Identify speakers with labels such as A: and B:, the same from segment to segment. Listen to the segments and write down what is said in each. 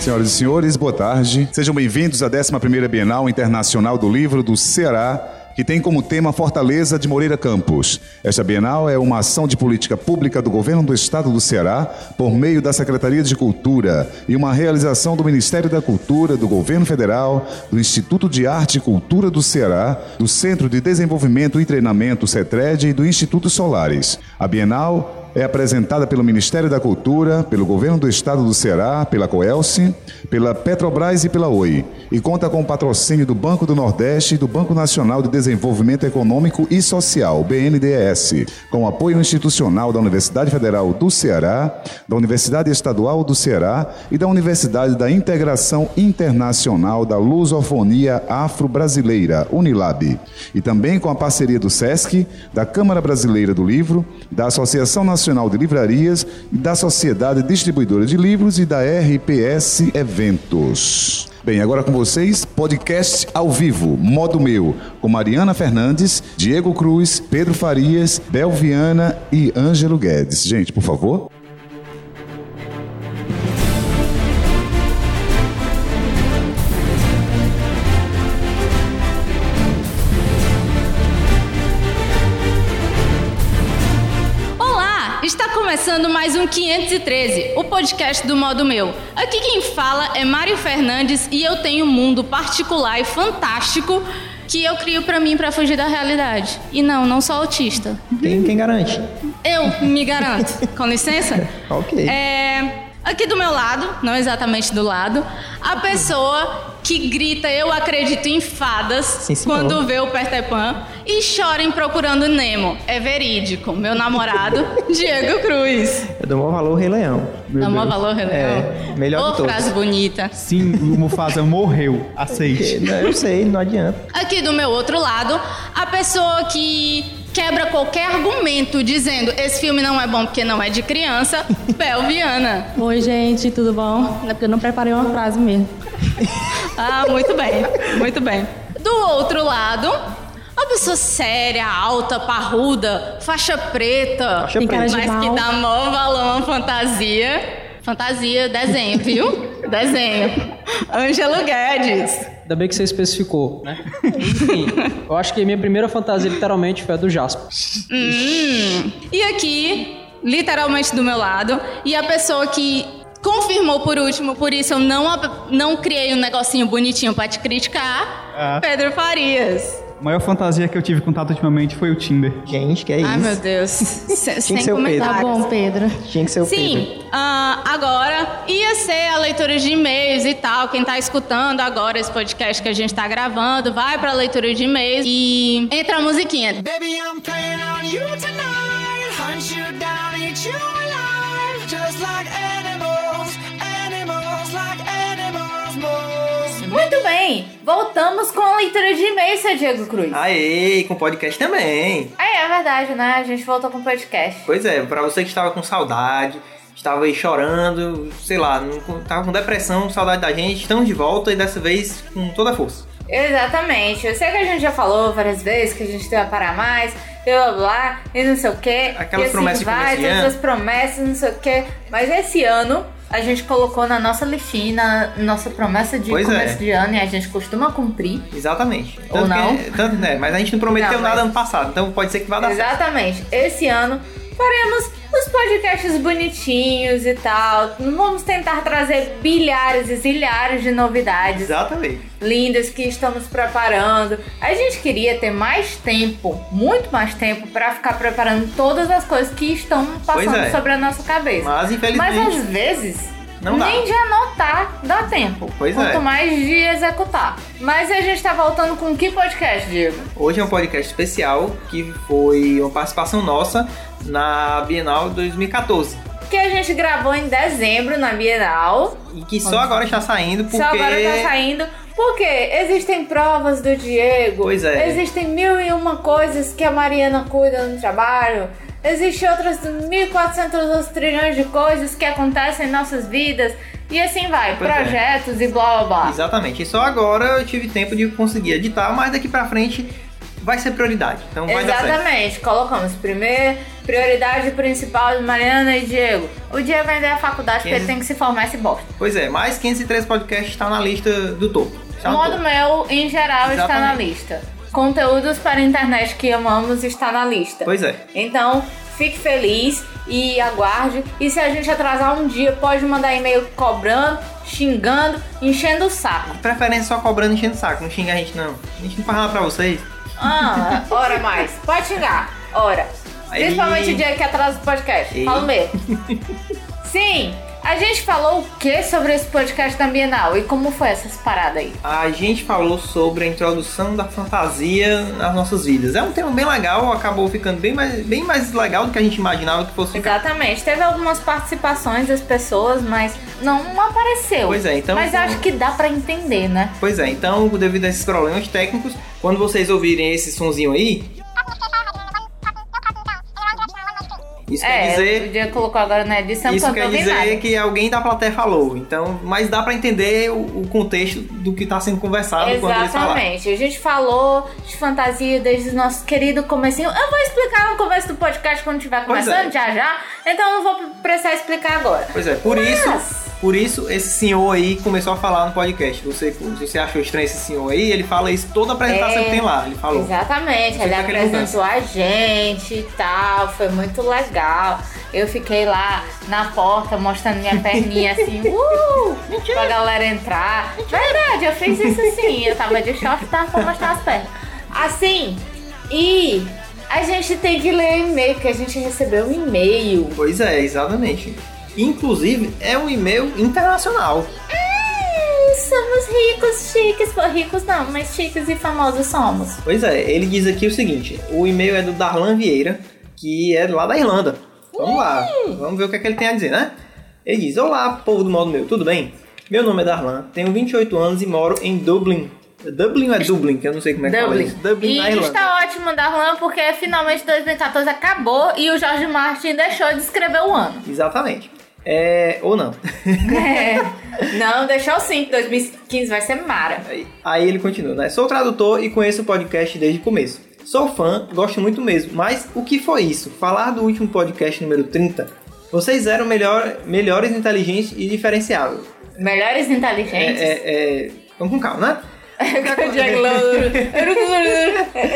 A: Senhoras e senhores, boa tarde. Sejam bem-vindos à 11ª Bienal Internacional do Livro do Ceará, que tem como tema Fortaleza de Moreira Campos. Esta Bienal é uma ação de política pública do Governo do Estado do Ceará por meio da Secretaria de Cultura e uma realização do Ministério da Cultura, do Governo Federal, do Instituto de Arte e Cultura do Ceará, do Centro de Desenvolvimento e Treinamento CETRED e do Instituto Solares. A Bienal é apresentada pelo Ministério da Cultura, pelo Governo do Estado do Ceará, pela Coelce, pela Petrobras e pela Oi, e conta com o patrocínio do Banco do Nordeste e do Banco Nacional de Desenvolvimento Econômico e Social, BNDES, com apoio institucional da Universidade Federal do Ceará, da Universidade Estadual do Ceará e da Universidade da Integração Internacional da Lusofonia Afro-Brasileira, Unilab, e também com a parceria do SESC, da Câmara Brasileira do Livro, da Associação Nacional Nacional de Livrarias, da Sociedade Distribuidora de Livros e da RPS Eventos. Bem, agora com vocês, podcast ao vivo, modo meu, com Mariana Fernandes, Diego Cruz, Pedro Farias, Belviana e Ângelo Guedes. Gente, por favor.
B: começando mais um 513, o podcast do modo meu. Aqui quem fala é Mário Fernandes e eu tenho um mundo particular e fantástico que eu crio para mim para fugir da realidade. E não, não sou autista.
C: Tem quem garante?
B: Eu me garanto. Com licença?
C: ok.
B: É, aqui do meu lado, não exatamente do lado, a pessoa que grita Eu acredito em fadas
C: Sim, senhor.
B: quando vê o Peter Pan e chorem procurando Nemo. É verídico. Meu namorado, Diego Cruz.
C: Eu dou É maior valor ao Rei Leão. Meu
B: Dá maior
C: Deus.
B: valor, Renan.
C: É, melhor
B: Ô,
C: de todos.
B: frase bonita.
D: Sim, o Mufasa morreu.
C: Que-
D: Aceite.
C: não, né, Eu sei, não adianta.
B: Aqui do meu outro lado, a pessoa que quebra qualquer argumento dizendo esse filme não é bom porque não é de criança, Pelviana.
E: Oi, gente, tudo bom? É porque eu não preparei uma frase mesmo.
B: Ah, muito bem, muito bem. Do outro lado, uma pessoa séria, alta, parruda, faixa preta,
C: Faixa
E: Tem cara de
B: mas que
E: mal.
B: dá mó valor a uma fantasia. Fantasia, desenho, viu? desenho. Ângelo Guedes.
F: Ainda bem que você especificou, né? Enfim, eu acho que a minha primeira fantasia literalmente foi a do Jasper.
B: Hum. E aqui, literalmente do meu lado, e a pessoa que confirmou por último, por isso eu não, ab- não criei um negocinho bonitinho pra te criticar,
D: Ah.
B: Pedro Farias.
D: A maior fantasia que eu tive contato ultimamente foi o Tinder.
C: Gente, que é
B: Ai,
C: isso.
B: meu Deus. Se-
C: Tinha que
B: Sem
C: ser o Pedro.
E: Tá
B: comentários.
E: bom, Pedro.
C: Tinha que ser o
B: Sim,
C: Pedro.
B: ah, agora ia ser a leitura de e-mails e tal. Quem tá escutando agora esse podcast que a gente tá gravando, vai pra leitura de e-mails e entra a musiquinha.
G: Baby, I'm playing on you tonight. Hunt you down, eat you alive. Just like animals, animals, like animals, moles.
H: Muito bem, voltamos com a leitura de e-mail, seu Diego Cruz.
I: Aê, com podcast também.
H: É, é verdade, né? A gente voltou com o podcast.
I: Pois é, pra você que estava com saudade, estava aí chorando, sei lá, não, tava com depressão, saudade da gente, estamos de volta e dessa vez com toda a força.
H: Exatamente, eu sei que a gente já falou várias vezes que a gente ia parar mais, blá blá blá, e não sei o quê.
I: Aquelas
H: e assim
I: promessas de
H: vai,
I: começo de
H: todas
I: ano.
H: as promessas, não sei o quê. Mas esse ano a gente colocou na nossa listinha, na nossa promessa de
I: Pois é.
H: começo de ano e a gente costuma cumprir.
I: Exatamente.
H: Ou não.
I: Que, tanto, né, mas a gente não prometeu
H: Não, mas-
I: nada ano passado, então pode ser que vá dar certo.
H: Exatamente. Esse ano faremos os podcasts bonitinhos e tal. Vamos tentar trazer bilhares e zilhares de novidades
I: Exatamente.
H: lindas que estamos preparando. A gente queria ter mais tempo, muito mais tempo, para ficar preparando todas as coisas que estão passando
I: é.
H: sobre a nossa cabeça.
I: Mas
H: Mas,
I: infelizmente.
H: às vezes,
I: Não dá.
H: nem de anotar dá tempo.
I: Pois
H: quanto
I: é.
H: mais de executar. Mas a gente tá voltando com que podcast, Diego?
I: Hoje é um podcast especial que foi uma participação nossa na Bienal 2014.
H: que a gente gravou em dezembro na Bienal.
I: E que só agora está saindo porque.
H: Só agora tá saindo. Porque existem provas do Diego.
I: Pois é.
H: Existem mil e uma coisas que a Mariana cuida no trabalho. Existem outras 1.400 outros trilhões de coisas que acontecem em nossas vidas. E assim vai,
I: Pois é.
H: projetos e blá blá blá.
I: Exatamente. E só agora eu tive tempo de conseguir editar, mas daqui pra frente
C: vai ser prioridade. Então vai dar certo.
H: Exatamente, colocamos primeiro, prioridade principal de Mariana e Diego. O Diego ainda é a faculdade, porque
C: Quem?
H: ele tem que se formar esse bosta.
C: Pois é, mas 503 Podcast está tá na lista do topo. Está
H: O
C: no
H: modo
C: topo.
H: meu, em geral, está na
C: Exatamente.
H: lista. Conteúdos para a internet que amamos está na lista.
C: Pois é.
H: Então, fique feliz e aguarde. E se a gente atrasar um dia, pode mandar e-mail cobrando, xingando, enchendo o saco.
C: Preferência só cobrando e enchendo o saco. Não xinga a gente, não. A gente não faz nada pra vocês.
H: Ah, ora mais. Pode xingar, ora.
C: Aí.
H: Principalmente o dia que atrasa o podcast.
C: Ei.
H: Fala mesmo. Sim, a gente falou o que sobre esse podcast da Bienal e como foi essas paradas aí?
C: A gente falou sobre a introdução da fantasia nas nossas vidas. É um tema bem legal, acabou ficando bem mais, bem mais legal do que a gente imaginava que fosse ficar.
H: Exatamente. Teve algumas participações das pessoas, mas não apareceu.
C: Pois é, então-
H: Mas acho que dá pra entender, né?
C: Pois é, então, devido a esses problemas técnicos, quando vocês ouvirem esse sonzinho aí. Isso
H: é,
C: quer
H: o
C: dizer.
H: Diego colocou agora né? na edição
C: Isso
H: porque eu é
C: quer
H: não vi
C: dizer
H: nada.
C: que alguém da plateia falou, então, mas dá pra entender o, o contexto do que tá sendo conversado quando eles falaram.
H: Exatamente. A gente falou de fantasia desde o nosso querido comecinho. Eu vou explicar no começo do podcast quando estiver
C: Pois
H: começando,
C: é.
H: já já. Então eu não vou precisar explicar agora.
C: Pois é, por isso,
H: Mas,
C: por isso esse senhor aí começou a falar no podcast. Você, se você achou estranho esse senhor aí, ele fala isso toda apresentação
H: É,
C: que tem lá, ele falou.
H: Exatamente,
C: Você
H: ele
C: tá querendo
H: apresentou a gente e tal, foi muito legal. Eu fiquei lá na porta mostrando minha perninha assim, uh, pra galera entrar. Verdade, eu fiz isso sim, eu tava de short, tava pra mostrar as pernas. Assim, e a gente tem que ler o e-mail, porque a gente recebeu um e-mail.
C: Pois é, exatamente. Inclusive, é um e-mail internacional.
H: Hum, somos ricos, chiques, pô, ricos não, mas chiques e famosos somos.
C: Pois é, ele diz aqui o seguinte: o e-mail é do Darlan Vieira, que é lá da Irlanda. Vamos lá, vamos ver o que, é que ele tem a dizer, né? Ele diz: Olá, povo do modo meu, tudo bem? Meu nome é Darlan, tenho 28 anos e moro em Dublin. Dublin ou é Dublin? Que eu não sei como é que fala
H: Dublin.
C: isso. Dublin, na
H: e
C: Irlanda.
H: está ótimo, Darlan, porque finalmente 2014 acabou e o Jorge Martin deixou de escrever o ano.
C: Exatamente. É, ou não.
H: Não, deixou sim, que 2015 vai ser mara.
C: Aí- Aí ele continua, né? Sou tradutor e conheço o podcast desde o começo. Sou fã, gosto muito mesmo, mas o que foi isso? Falar do último podcast número 30? Vocês eram melhor, melhores, inteligentes e diferenciados.
H: Melhores
C: É,
H: inteligentes.
C: é, é, Vamos com calma, né?
H: O Jack London.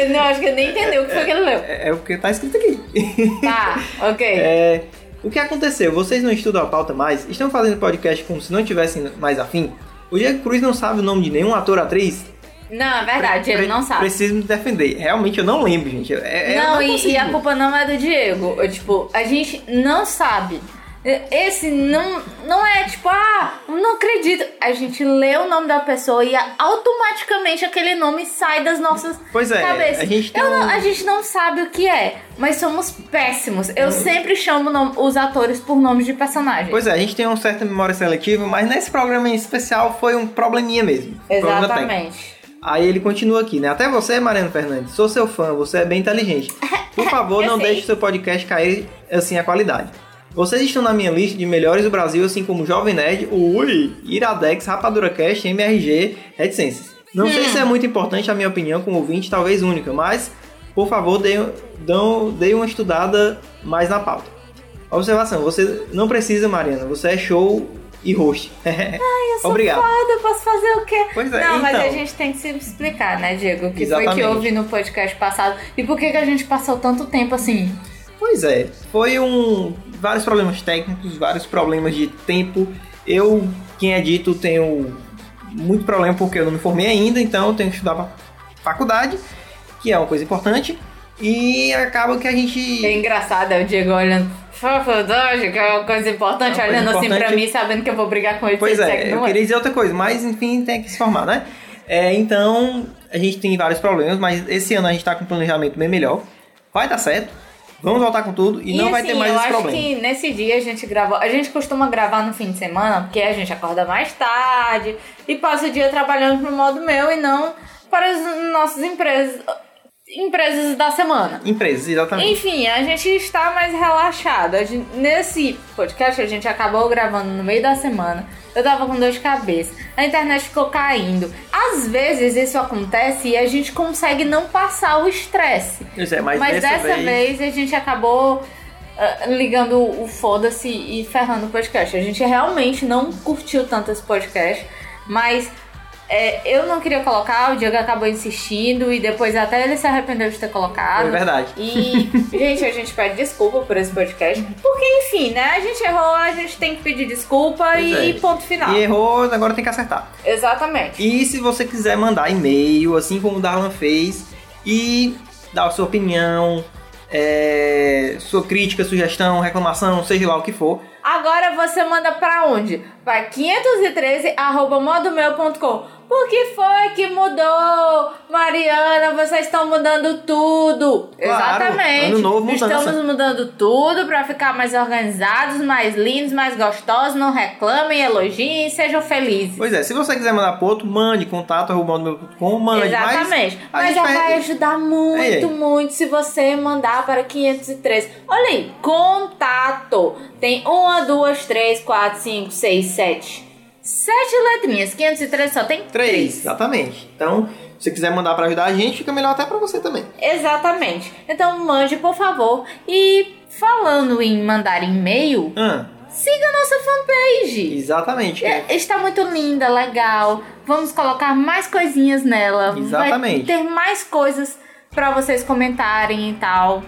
H: Eu Não, acho que eu nem entendeu o que foi que ele leu.
C: É, é o que tá escrito aqui.
H: Tá, ok.
C: É, o que aconteceu? Vocês não estudam a pauta mais? Estão fazendo podcast como se não tivessem mais afim? O Diego Cruz não sabe o nome de nenhum ator ou atriz?
H: Não, é verdade, ele
C: Pre-
H: não sabe.
C: Preciso me defender. Realmente eu não lembro, gente. É- é- eu
H: não, e,
C: consigo.
H: e a culpa não é do Diego. Eu, tipo, a gente não sabe. Esse não, não é tipo, ah, não acredito. A gente lê o nome da pessoa e automaticamente aquele nome sai das nossas
C: Pois é,
H: cabeças.
C: a gente tem
H: Eu não-
C: um-
H: a gente não sabe o que é, mas somos péssimos. Eu sempre chamo nom- os atores por nomes de personagens.
C: Pois é, a gente tem uma certa memória seletiva, mas nesse programa em especial foi um probleminha mesmo. um Problema técnico.
H: Exatamente.
C: Aí ele continua aqui, né? Até você, Mariano Fernandes, sou seu fã, você é bem inteligente. Por favor,
H: Eu
C: não
H: sei.
C: deixe seu podcast cair assim a qualidade. Vocês estão na minha lista de melhores do Brasil, assim como Jovem Nerd, Ui, Iradex, Rapadura Cast, MRG, Reticências. Não sei
H: Hum.
C: se é muito importante a minha opinião como ouvinte, talvez única, mas, por favor, dê, dão- dê uma estudada mais na pauta. Observação, você não precisa, Mariana, você é show e host. Obrigado.
H: Foda, eu posso fazer o quê?
C: Pois é,
H: não, mas
C: então.
H: a gente tem que se explicar, né, Diego? O que foi
C: Exatamente.
H: que houve no podcast passado e por que, que a gente passou tanto tempo assim?
C: Pois é, foi um. vários problemas técnicos, vários problemas de tempo. Eu, quem é dito, tenho muito problema porque eu não me formei ainda, então eu tenho que estudar pra faculdade, que é uma coisa importante. E acaba que a gente.
H: É engraçado, é o Diego olhando. Faculdade, que é uma coisa importante,
C: É uma coisa
H: olhando assim pra
C: importante.
H: mim, sabendo que eu vou brigar com ele.
C: Pois
H: se ele disser
C: é,
H: que
C: eu
H: não é.
C: queria dizer outra coisa, mas enfim, tem que se formar, né? É, então, a gente tem vários problemas, mas esse ano a gente tá com um planejamento bem melhor. Vai dar certo, vamos voltar com tudo e, não vai
H: assim,
C: ter mais
H: eu
C: esse
H: acho
C: problema.
H: que nesse dia a gente gravou. A gente costuma gravar no fim de semana, porque a gente acorda mais tarde e passa o dia trabalhando pro modo meu e não para as nossas empresas. empresas da semana.
I: Empresas, exatamente.
H: Enfim, a gente está mais relaxado. A gente- nesse podcast a gente acabou gravando no meio da semana. Eu tava com dor de cabeça. A internet ficou caindo. Às vezes isso acontece e a gente consegue não passar o estresse.
I: Pois é,
H: Mas,
I: mas,
H: dessa, vez... a gente acabou ah, ligando o foda-se e ferrando o podcast. A gente realmente não curtiu tanto esse podcast, mas é, eu não queria colocar, o Diego acabou insistindo e depois até ele se arrependeu de ter colocado.
I: Foi verdade.
H: E, gente, a gente pede desculpa por esse podcast. Porque, enfim, né? A gente errou, a gente tem que pedir desculpa
I: Pois
H: e
I: é.
H: ponto final.
I: E errou, agora tem que acertar.
H: Tá. Exatamente.
I: E se você quiser mandar e-mail, assim como o Darlan fez, e dar a sua opinião, é, sua crítica, sugestão, reclamação, seja lá o que for,
H: Agora você manda pra onde? Pra 513 arroba modomeu.com. Por que foi que mudou? Mariana, vocês estão mudando tudo.
I: Claro,
H: Exatamente.
I: ano novo, mudança.
H: Estamos mudando tudo pra ficar mais organizados, mais lindos, mais gostosos. Não reclamem, elogiem, sejam felizes.
I: Pois é, se você quiser mandar pro outro, mande contato arroba meu.com, mande
H: Exatamente.
I: mas a
H: Mas
I: gente
H: já
I: vai-
H: vai ajudar muito,
I: Ei, ei.
H: muito se você mandar para 513. Olha aí, contato. Tem uma, duas, três, quatro, cinco, seis, sete. Sete letrinhas. 513 só tem
I: Três,
H: três.
I: exatamente. Então, se você quiser mandar pra ajudar a gente, fica melhor até pra você também.
H: Exatamente. Então mande, por favor. E falando em mandar e-mail,
I: Ah,
H: siga a nossa fanpage.
I: exatamente.
H: É, Está muito linda, legal. Vamos colocar mais coisinhas nela. Vai
I: Exatamente.
H: ter mais coisas pra vocês comentarem e tal.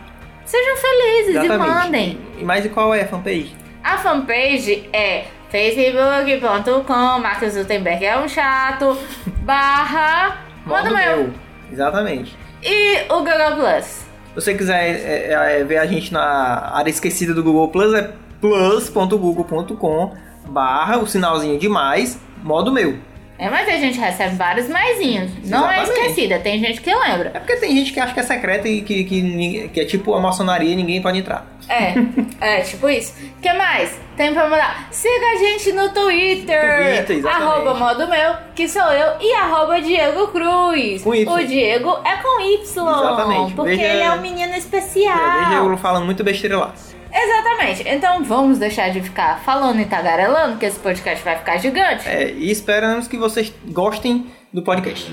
H: Sejam felizes
I: Exatamente.
H: e mandem.
I: E mais e qual é a fanpage?
H: A fanpage é facebook.com, Marcos Zutenberg é um chato, barra, manda
I: Modo
H: meu.
I: Exatamente.
H: E o Google Plus.
I: Se você quiser é, é, é, ver a gente na área esquecida do Google Plus, é plus.google.com barra o sinalzinho de mais, modo meu.
H: É, mas a gente recebe vários maisinhos. Não é
I: Exatamente.
H: esquecida, tem gente que lembra.
I: É porque tem gente que acha que é secreta e que, que, ni- que é tipo a maçonaria e ninguém pode entrar.
H: É, é tipo isso. O que mais? Tem pra mandar? Siga a gente no Twitter.
I: Twitter, exatamente.
H: arroba modo meu, que sou eu, e arroba Diego Cruz.
I: Com Y.
H: O Diego é com Y.
I: Exatamente.
H: Porque
I: Veja-
H: ele é um menino especial.
I: É,
B: Ah!
I: veja eu falando muito besteira lá.
H: Exatamente. Então vamos deixar de ficar falando e tagarelando, que esse podcast vai ficar gigante.
I: É, e esperamos que vocês gostem do podcast.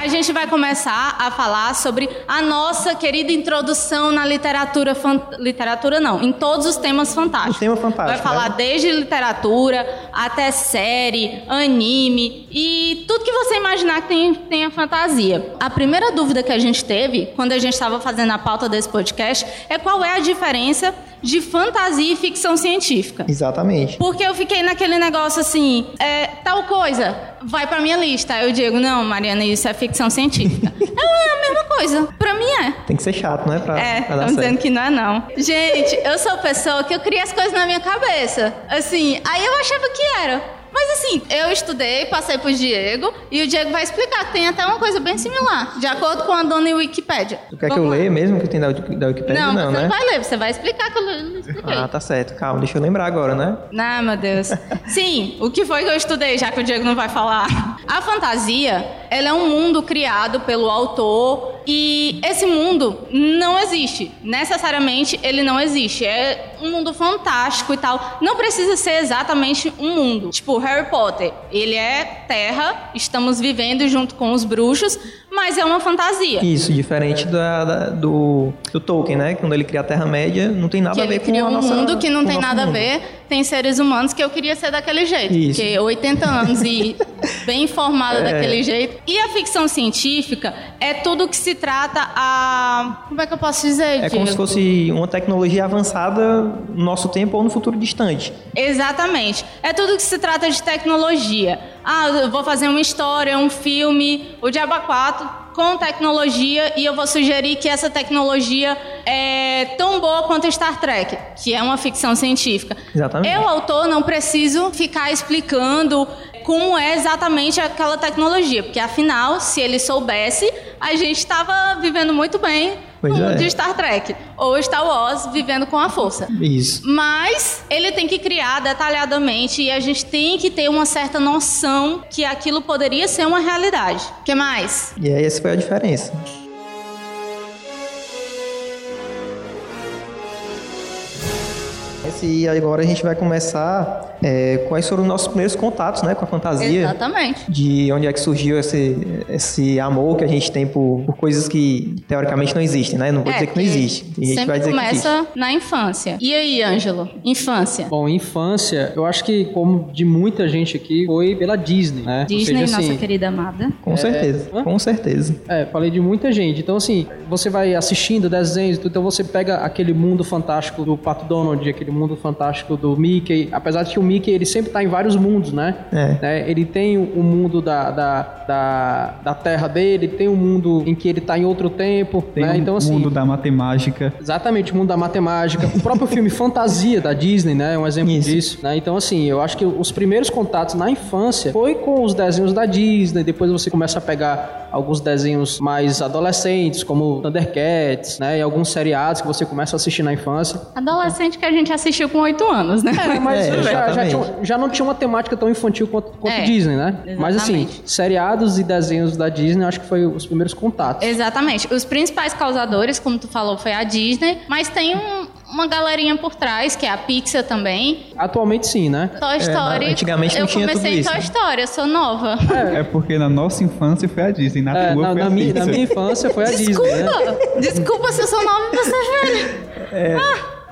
B: A gente vai começar a falar sobre a nossa querida introdução na literatura, fan- literatura não, em todos os temas fantásticos.
C: Os temas fantásticos,
B: Vai falar
C: né?
B: desde literatura até série, anime e tudo que você imaginar que tem, tenha fantasia. A primeira dúvida que a gente teve quando a gente estava fazendo a pauta desse podcast é qual é a diferença de fantasia e ficção científica.
C: Exatamente.
B: Porque eu fiquei naquele negócio assim, é, tal coisa, vai pra minha lista. Aí Eu digo, não, Mariana, isso é ficção científica. é a mesma coisa, pra mim é.
C: Tem que ser chato, né? Pra,
B: É,
C: pra dar
B: estão
C: certo.
B: dizendo que não é não. Gente, eu sou pessoa que eu crio as coisas na minha cabeça. Assim, aí eu achava que era. Mas assim, eu estudei, passei pro Diego, e o Diego vai explicar que tem até uma coisa bem similar, de acordo com a dona Wikipédia.
C: Tu quer que eu
B: Vamos lá.
C: leia mesmo que tem da, Wiki- da Wikipedia?
B: Não,
C: Não,
B: você
C: né?
B: não vai ler, você vai explicar que eu não expliquei.
C: Ah, tá certo. Calma, deixa eu lembrar agora, né?
B: Ah, meu Deus. Sim, o que foi que eu estudei, já que o Diego não vai falar? A fantasia, ela é um mundo criado pelo autor e esse mundo não existe. Necessariamente ele não existe. É um mundo fantástico e tal. Não precisa ser exatamente um mundo. Tipo, Harry Potter, ele é terra, estamos vivendo junto com os bruxos, mas é uma fantasia.
C: Isso, diferente da, da- do, do Tolkien, né? Quando ele cria a Terra-média, não tem nada
B: que
C: a ver
B: ele
C: com
B: criou
C: a
B: um
C: nossa,
B: mundo que não
C: com o
B: tem
C: nosso
B: nada a
C: mundo.
B: ver, tem seres humanos que eu queria ser daquele jeito.
C: Isso.
B: Porque 80 anos e bem formada
C: É.
B: daquele jeito. E a ficção científica é tudo que se trata a. Como é que eu posso dizer?
C: É como
B: Diego?
C: se fosse uma tecnologia avançada no nosso tempo ou no futuro distante.
B: Exatamente. É tudo que se trata de tecnologia. Ah, eu vou fazer uma história, um filme, o Diaba 4. com tecnologia e eu vou sugerir que essa tecnologia é tão boa quanto Star Trek, que é uma ficção científica.
C: Exatamente.
B: Eu, autor, não preciso ficar explicando como é exatamente aquela tecnologia, porque afinal, se ele soubesse, a gente estava vivendo muito bem
C: Pois
B: no mundo
C: é.
B: de Star Trek ou Star Wars vivendo com a força.
C: Isso.
B: Mas ele tem que criar detalhadamente e a gente tem que ter uma certa noção que aquilo poderia ser uma realidade. O que mais?
C: E aí essa foi a diferença. Esse- E agora a gente vai começar é, quais foram os nossos primeiros contatos né, com a fantasia.
B: Exatamente.
C: De onde é que surgiu esse, esse amor que a gente tem por, por coisas que teoricamente não existem, né? Não vou
B: É,
C: dizer que não existe. A gente
B: sempre
C: vai dizer que existe.
B: começa na infância. E aí, Ângelo? Infância.
F: Bom, infância, eu acho que, como de muita gente aqui, foi pela Disney, né? Ou
B: Disney,
F: seja,
B: nossa
F: assim,
B: querida amada.
C: Com certeza,
F: Hã?
C: com certeza.
F: É, falei de muita gente. Então, assim, você vai assistindo desenhos, e tudo, então você pega aquele mundo fantástico do Pato Donald, aquele mundo fantástico do Mickey. Apesar de que o Mickey, ele sempre tá em vários mundos, né?
C: É.
F: Né? Ele tem o mundo da, da, da, da terra dele, tem o mundo em que ele tá em outro tempo,
D: Tem
F: né?
D: o
F: então, assim,
D: mundo da matemática.
F: Exatamente, o mundo da matemática. O próprio filme Fantasia da Disney, né? É um exemplo
C: Isso.
F: disso. né? Então, assim, eu acho que os primeiros contatos na infância foi com os desenhos da Disney. Depois você começa a pegar alguns desenhos mais adolescentes, como Thundercats, né? E alguns seriados que você começa a assistir na infância.
B: Adolescente que a gente assistiu com 8 anos, né?
C: É,
F: Mas já, já,
C: exatamente.
F: tinha- um, já não tinha uma temática tão infantil quanto, quanto
B: É,
F: Disney, né? Mas assim,
B: exatamente.
F: seriados e desenhos da Disney, eu acho que foi os primeiros
B: É.
F: contatos.
B: Exatamente. Os principais causadores, como tu falou, foi a Disney, mas tem um- uma galerinha por trás, que é a Pixar também.
F: Atualmente sim, né?
B: Toy Story.
C: É, antigamente não
B: eu
C: tinha
B: comecei
C: tudo
B: em
C: isso,
B: Toy
C: né?
B: Story, eu sou nova.
D: É porque na nossa infância foi a Disney, na
F: É,
D: tua
F: na,
D: foi assim, né?
F: na
D: a
F: minha, na
D: Pixar.
F: minha infância foi a
B: Desculpa!
F: Disney, né?
B: Desculpa se eu sou nova e você é velha.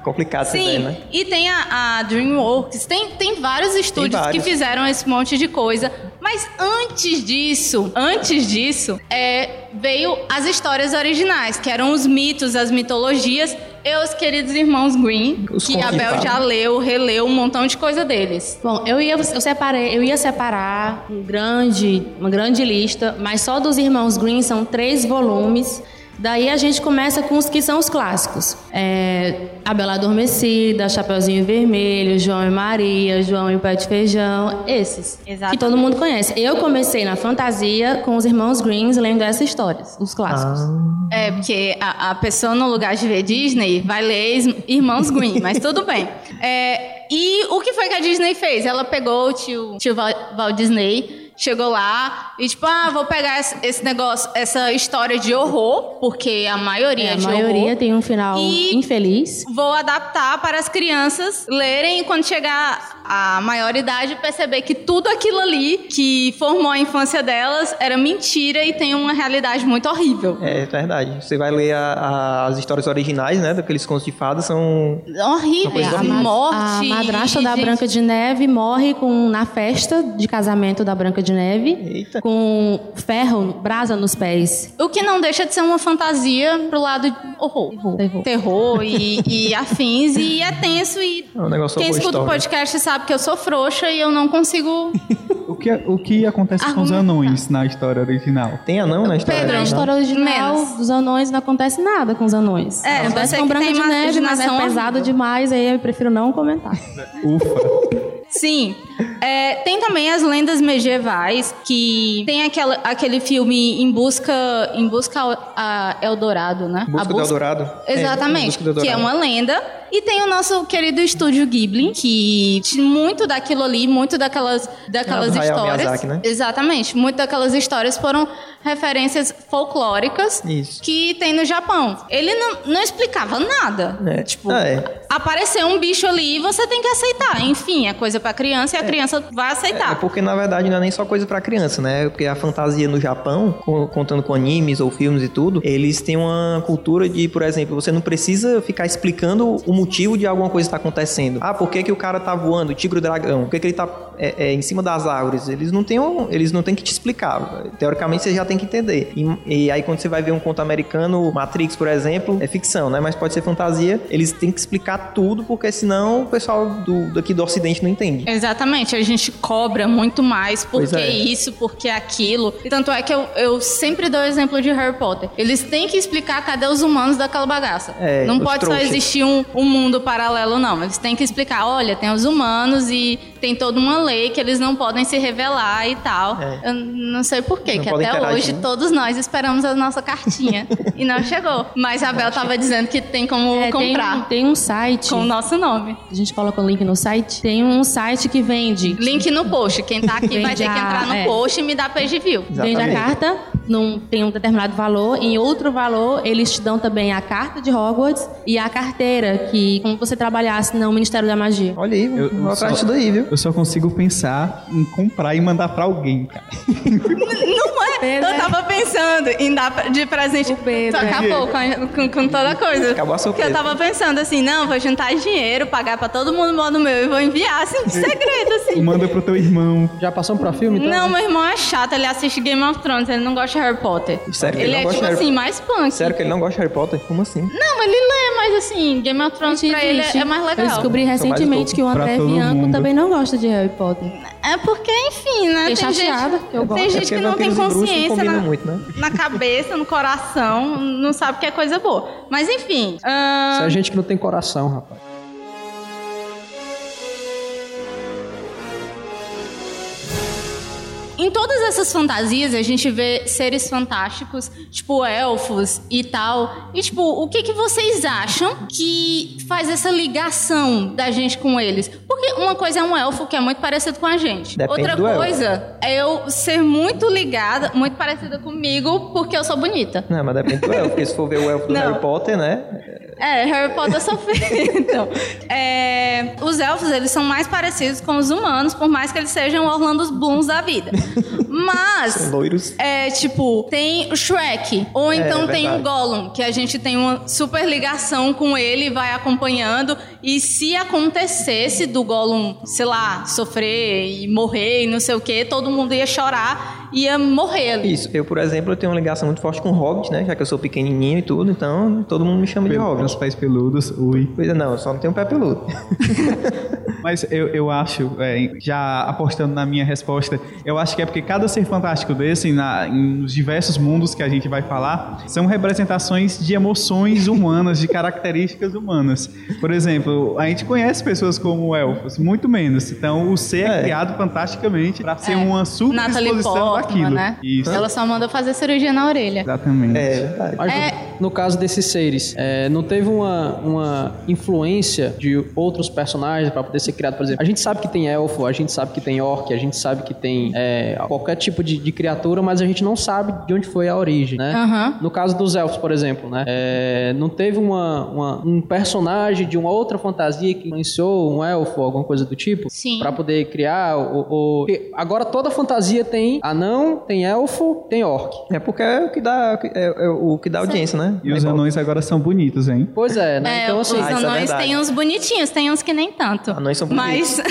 C: Complicado
B: Sim,
C: também, né?
B: e tem a, a DreamWorks, tem, tem vários estúdios
C: vários.
B: que fizeram esse monte de coisa. Mas antes disso, antes disso, é, veio as histórias originais, que eram os mitos, as mitologias. E os queridos irmãos Green,
C: Os
B: que
C: contos
B: a
C: de
B: Bel
C: fada.
B: já leu, releu um montão de coisa deles.
E: Bom, eu ia, eu, separei, eu ia separar um grande, uma grande lista, mas só dos Irmãos Green são três volumes. Daí a gente começa com os que são os clássicos. É, a Bela Adormecida, Chapeuzinho Vermelho, João e Maria, João e o Pé de Feijão, esses.
B: Exatamente.
E: Que todo mundo conhece. Eu comecei na fantasia com os Irmãos Greens lendo essas histórias, os clássicos.
B: É, porque a, a pessoa no lugar de ver Disney vai ler Is- Irmãos Green, mas tudo bem. É, e o que foi que a Disney fez? Ela pegou o tio, tio Val, Walt Disney, chegou lá e tipo, ah, vou pegar esse, esse negócio, essa história de horror, porque a maioria é,
E: a
B: de
E: maioria
B: horror.
E: tem um final
B: E-
E: infeliz.
B: Vou adaptar para as crianças lerem e quando chegar à maior idade perceber que tudo aquilo ali que formou a infância delas era mentira e tem uma realidade muito horrível.
C: É verdade. Você vai ler a- a- as histórias originais, né? Daqueles contos de fadas, são
B: horrível.
C: coisa
B: É. A
C: horrível.
B: morte.
E: A madrasta da
B: gente,
E: Branca de Neve morre com na festa de casamento da Branca de Neve
C: Eita.
E: com ferro, brasa nos pés.
B: O que não deixa de ser uma fantasia pro lado de horror.
E: Terror.
B: Terror e, e afins. E é tenso. E
C: É um negócio
B: quem
C: horror
B: escuta o
C: história.
B: podcast sabe que eu sou frouxa e eu não consigo.
D: O que, o que acontece com os
B: Argumenta.
D: anões na história original?
C: Tem anão na história? né?
B: Pedro, é um
E: Na
C: original?
E: história original
B: Menos.
E: dos anões não acontece nada com os anões.
B: É,
E: acontece
B: você
E: com
B: que
E: Branca
B: tem
E: de
B: uma
E: Neve, mas é
B: imaginação
E: pesado
B: horrível.
E: demais, aí eu prefiro não comentar.
D: Ufa.
B: Sim. É, tem também as lendas medievais, que tem aquela, aquele filme Em Busca, em busca ao- a Eldorado, né?
C: Busca
B: a
C: do Eldorado. É, Em
B: Exatamente,
C: Busca do Eldorado.
B: que é uma lenda. E tem o nosso querido estúdio Ghibli, que tinha muito daquilo ali, muito daquelas, daquelas
C: do Hayao
B: histórias.
C: Miyazaki, né?
B: Exatamente, muito daquelas histórias foram referências folclóricas
C: Isso.
B: que tem no Japão. Ele não, não explicava nada.
C: É, tipo... É,
B: Apareceu um bicho ali e você tem que aceitar. Enfim, é coisa pra criança e a criança vai
C: é
B: aceitar.
C: porque, na verdade, não é nem só coisa pra criança, né? Porque a fantasia no Japão, co- contando com animes ou filmes e tudo, eles têm uma cultura de, por exemplo, você não precisa ficar explicando o motivo de alguma coisa estar acontecendo. Ah, por que, que o cara tá voando, o tigre e o dragão? Por que, que ele tá é, é, em cima das árvores, eles não têm, um- eles não têm que te explicar. Teoricamente você já tem que entender. E, e aí quando você vai ver um conto americano, Matrix, por exemplo, é ficção, né? Mas pode ser fantasia. Eles têm que explicar tudo, porque senão o pessoal do, daqui do ocidente não entende.
B: Exatamente, a gente cobra muito mais
C: Pois
B: porque
C: é.
B: isso, porque aquilo. E Tanto é que eu, eu sempre dou o exemplo de Harry Potter. Eles têm que explicar cadê os humanos daquela bagaça.
C: É,
B: não
C: os
B: pode
C: trouxas.
B: só existir um, um mundo paralelo, não. Eles têm que explicar: olha, tem os humanos e tem toda uma lei que eles não podem se revelar e tal.
C: É.
B: Eu não sei porquê,
C: Não
B: que
C: podem
B: até
C: interagir,
B: hoje
C: né?
B: todos nós esperamos a nossa cartinha e não chegou. Mas a Bel tava dizendo que tem como
E: É, tem,
B: comprar
E: tem um site.
B: com o nosso nome.
E: A gente coloca o link no site. Tem um site que vende.
B: Link no post. Quem tá aqui vai
E: Vende
B: ter que
E: a-
B: entrar no
E: é.
B: post e me dar page view.
E: Vende a carta, num, tem um determinado valor. Em outro valor, eles te dão também a carta de Hogwarts e a carteira, que como você trabalhasse no Ministério da Magia.
C: Olha aí,
D: Eu-
C: vou
D: eu
C: atrás
D: só-
C: disso daí, viu?
D: Eu só consigo pensar em comprar e mandar pra alguém, cara.
B: Não é?
E: Pedro,
B: Eu tava pensando em dar pra- de presente.
E: O Pedro,
B: Tu
E: é.
B: acabou com, a- com- com toda a coisa.
C: Acabou a
B: Porque
C: surpresa.
B: eu tava pensando assim, não, vou juntar dinheiro, pagar pra todo mundo modo meu e vou enviar assim, de segredo, assim.
D: Manda pro teu irmão.
F: Já passamos pra filme? Então?
C: né?
B: Não, meu irmão é chato, ele assiste Game of Thrones, ele não gosta de Harry Potter.
C: Sério que
B: ele é
C: ele não gosta
B: tipo
C: de Harry-
B: assim, mais punk.
C: Sério que ele não gosta de Harry Potter? Como assim?
B: Não, ele lê, mas assim, Game of Thrones pra ele é, é mais
E: Eu
B: legal.
E: descobri recentemente
C: louco.
E: que o
D: Pra
E: André
D: todo
E: Bianco
D: mundo.
E: também não gosta de Harry Potter.
B: É porque, enfim, né? Tem
E: Fiquei chateada,
B: gente,
E: que eu gosto.
B: tem
C: É
B: gente
C: porque
B: que não tem
C: vampiros e bruxos não
B: consciência
C: combinam
B: na,
C: muito, né?
B: na cabeça, no coração, não sabe o que é coisa boa. Mas enfim. ahn,
F: Isso é gente que não tem coração, rapaz.
B: Em todas essas fantasias, a gente vê seres fantásticos, tipo elfos e tal. E, tipo, o que, que vocês acham que faz essa ligação da gente com eles? Porque uma coisa é um elfo que é muito parecido com a gente.
C: Depende
B: Outra
C: do elfo.
B: coisa é eu ser muito ligada, muito parecida comigo, porque eu sou bonita.
C: Não, mas depende do elfo, porque se for ver o elfo do
B: Não.
C: Harry Potter, né?
B: É, Harry Potter sofreu. então, é, os elfos, eles são mais parecidos com os humanos, por mais que eles sejam Orlando Blooms da vida. Mas...
C: Loiros.
B: É, tipo, tem o Shrek, ou então tem o
C: verdade.
B: Gollum, que a gente tem uma super ligação com ele, vai acompanhando. E se acontecesse do Gollum, sei lá, sofrer e morrer e não sei o que, todo mundo ia chorar, ia morrer ali.
C: Isso, eu, por exemplo, eu tenho uma ligação muito forte com o Hobbit, né? Já que eu sou pequenininho e tudo, então todo mundo me chama de
D: Pelo,
C: Hobbit.
D: pelos pés peludos, ui.
C: Pois é, não, eu só não tenho pé peludo.
D: Mas eu, eu acho, é, já apostando na minha resposta, eu acho que é porque cada ser fantástico desse, na, nos diversos mundos que a gente vai falar, são representações de emoções humanas, de características humanas. Por exemplo, a gente conhece pessoas como elfos, muito menos. Então o ser é,
C: É.
D: criado fantasticamente para ser
B: É.
D: uma
B: Natalie
D: superexposição
B: Portman,
D: daquilo.
B: né?
D: Isso.
B: Ela só mandou fazer cirurgia na orelha.
D: Exatamente.
C: É, verdade.
F: Mas no-
B: É.
F: no caso desses seres, é, não teve uma, uma influência de outros personagens pra poder ser criado, por exemplo. A gente sabe que tem elfo, a gente sabe que tem orc, a gente sabe que tem é, qualquer tipo de, de criatura, mas a gente não sabe de onde foi a origem, né?
B: Aham.
F: No caso dos elfos, por exemplo, né? É, não teve uma, uma- um personagem de uma outra fantasia que influenciou um elfo, alguma coisa do tipo?
B: Sim.
F: Pra poder criar o... o- porque Agora toda fantasia tem anão, tem elfo, tem orc.
C: É porque é o que dá, é, é o que dá audiência, né?
D: E os anões agora são bonitos, hein?
F: Pois é, né?
B: É,
F: então, assim,
B: os
C: Ah, isso é
B: anões
C: verdade. Ah,
B: têm uns bonitinhos, tem uns que nem tanto.
C: Anões são
B: Mas é.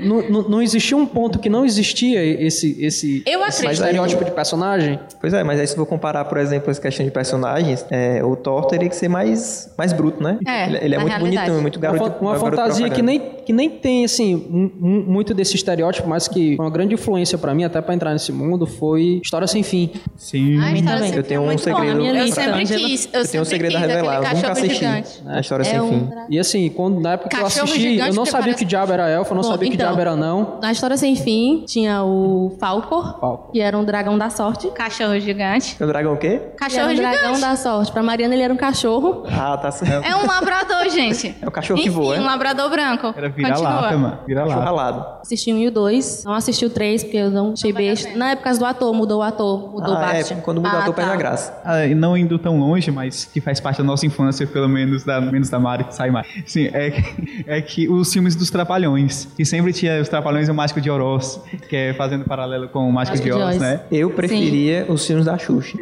F: não, não- não existia um ponto que não existia esse, esse,
B: Eu
F: esse
B: acredito.
F: estereótipo de personagem?
C: Pois é, mas aí se eu vou comparar, por exemplo, essa questão de personagens, é, o Thor teria que ser mais, mais bruto, né?
B: É,
C: ele, ele é
B: na
C: muito
B: realidade.
C: bonitão, é muito garoto.
F: uma fa- uma
C: garoto
F: fantasia
C: propaganda.
F: que nem, que nem tem, assim, um- um- muito desse estereótipo, mas que foi uma grande influência pra mim, até pra entrar nesse mundo, foi História Sem Fim.
D: Sim.
B: Ai, história
C: Eu
B: sem fim é
C: tenho um
B: muito boa,
C: segredo.
E: na minha
B: Eu
E: lista.
B: sempre
E: Angela-
B: quis. Eu,
C: Eu
B: sempre
C: tenho um segredo a
B: quis, aquele
C: revelar, eu nunca
B: cachorro
C: assisti.
B: gigante.
C: A Ah, história sem
E: É
C: fim.
E: um-
F: E assim, quando, na época que eu
B: Cachorro
F: assisti,
B: gigante
F: eu não
B: que
F: sabia
B: parece-
F: que diabo era elfo, eu não
E: Bom,
F: sabia que
E: então.
F: diabo era não.
E: Na História Sem Fim, tinha o Falcor,
F: Falcor.
E: que era um dragão da sorte.
B: Cachorro gigante.
C: É O dragão o quê?
E: Ele era
B: Cachorro
E: um dragão
B: gigante.
E: da sorte. Pra Mariana, ele era um cachorro.
C: Ah, tá certo.
B: É um labrador, gente.
C: É o cachorro que
B: Enfim,
C: voa, é?
B: um labrador branco.
D: Era
B: Continua.
D: vira-lata, mano.
C: Cachorro
D: Vira-lata.
C: ralado.
E: Assisti um e o dois. Não assisti o três, porque eu não achei besta. Na época do ator, mudou o ator, mudou o
C: Ah, é,
E: Batman.
C: quando muda o
B: Ah,
C: ator, perde
B: tá.
C: a graça.
D: Ah, e não indo tão longe, mas que faz parte da nossa infância, pelo menos da, menos da Mari, que sai mais. Sim, é, que- é que os filmes dos Trapalhões, que sempre tinha os Trapalhões e o Mágico de Oroz, que é fazendo paralelo com o Mágico, de Oz, né?
C: Eu preferia os filmes da Xuxa.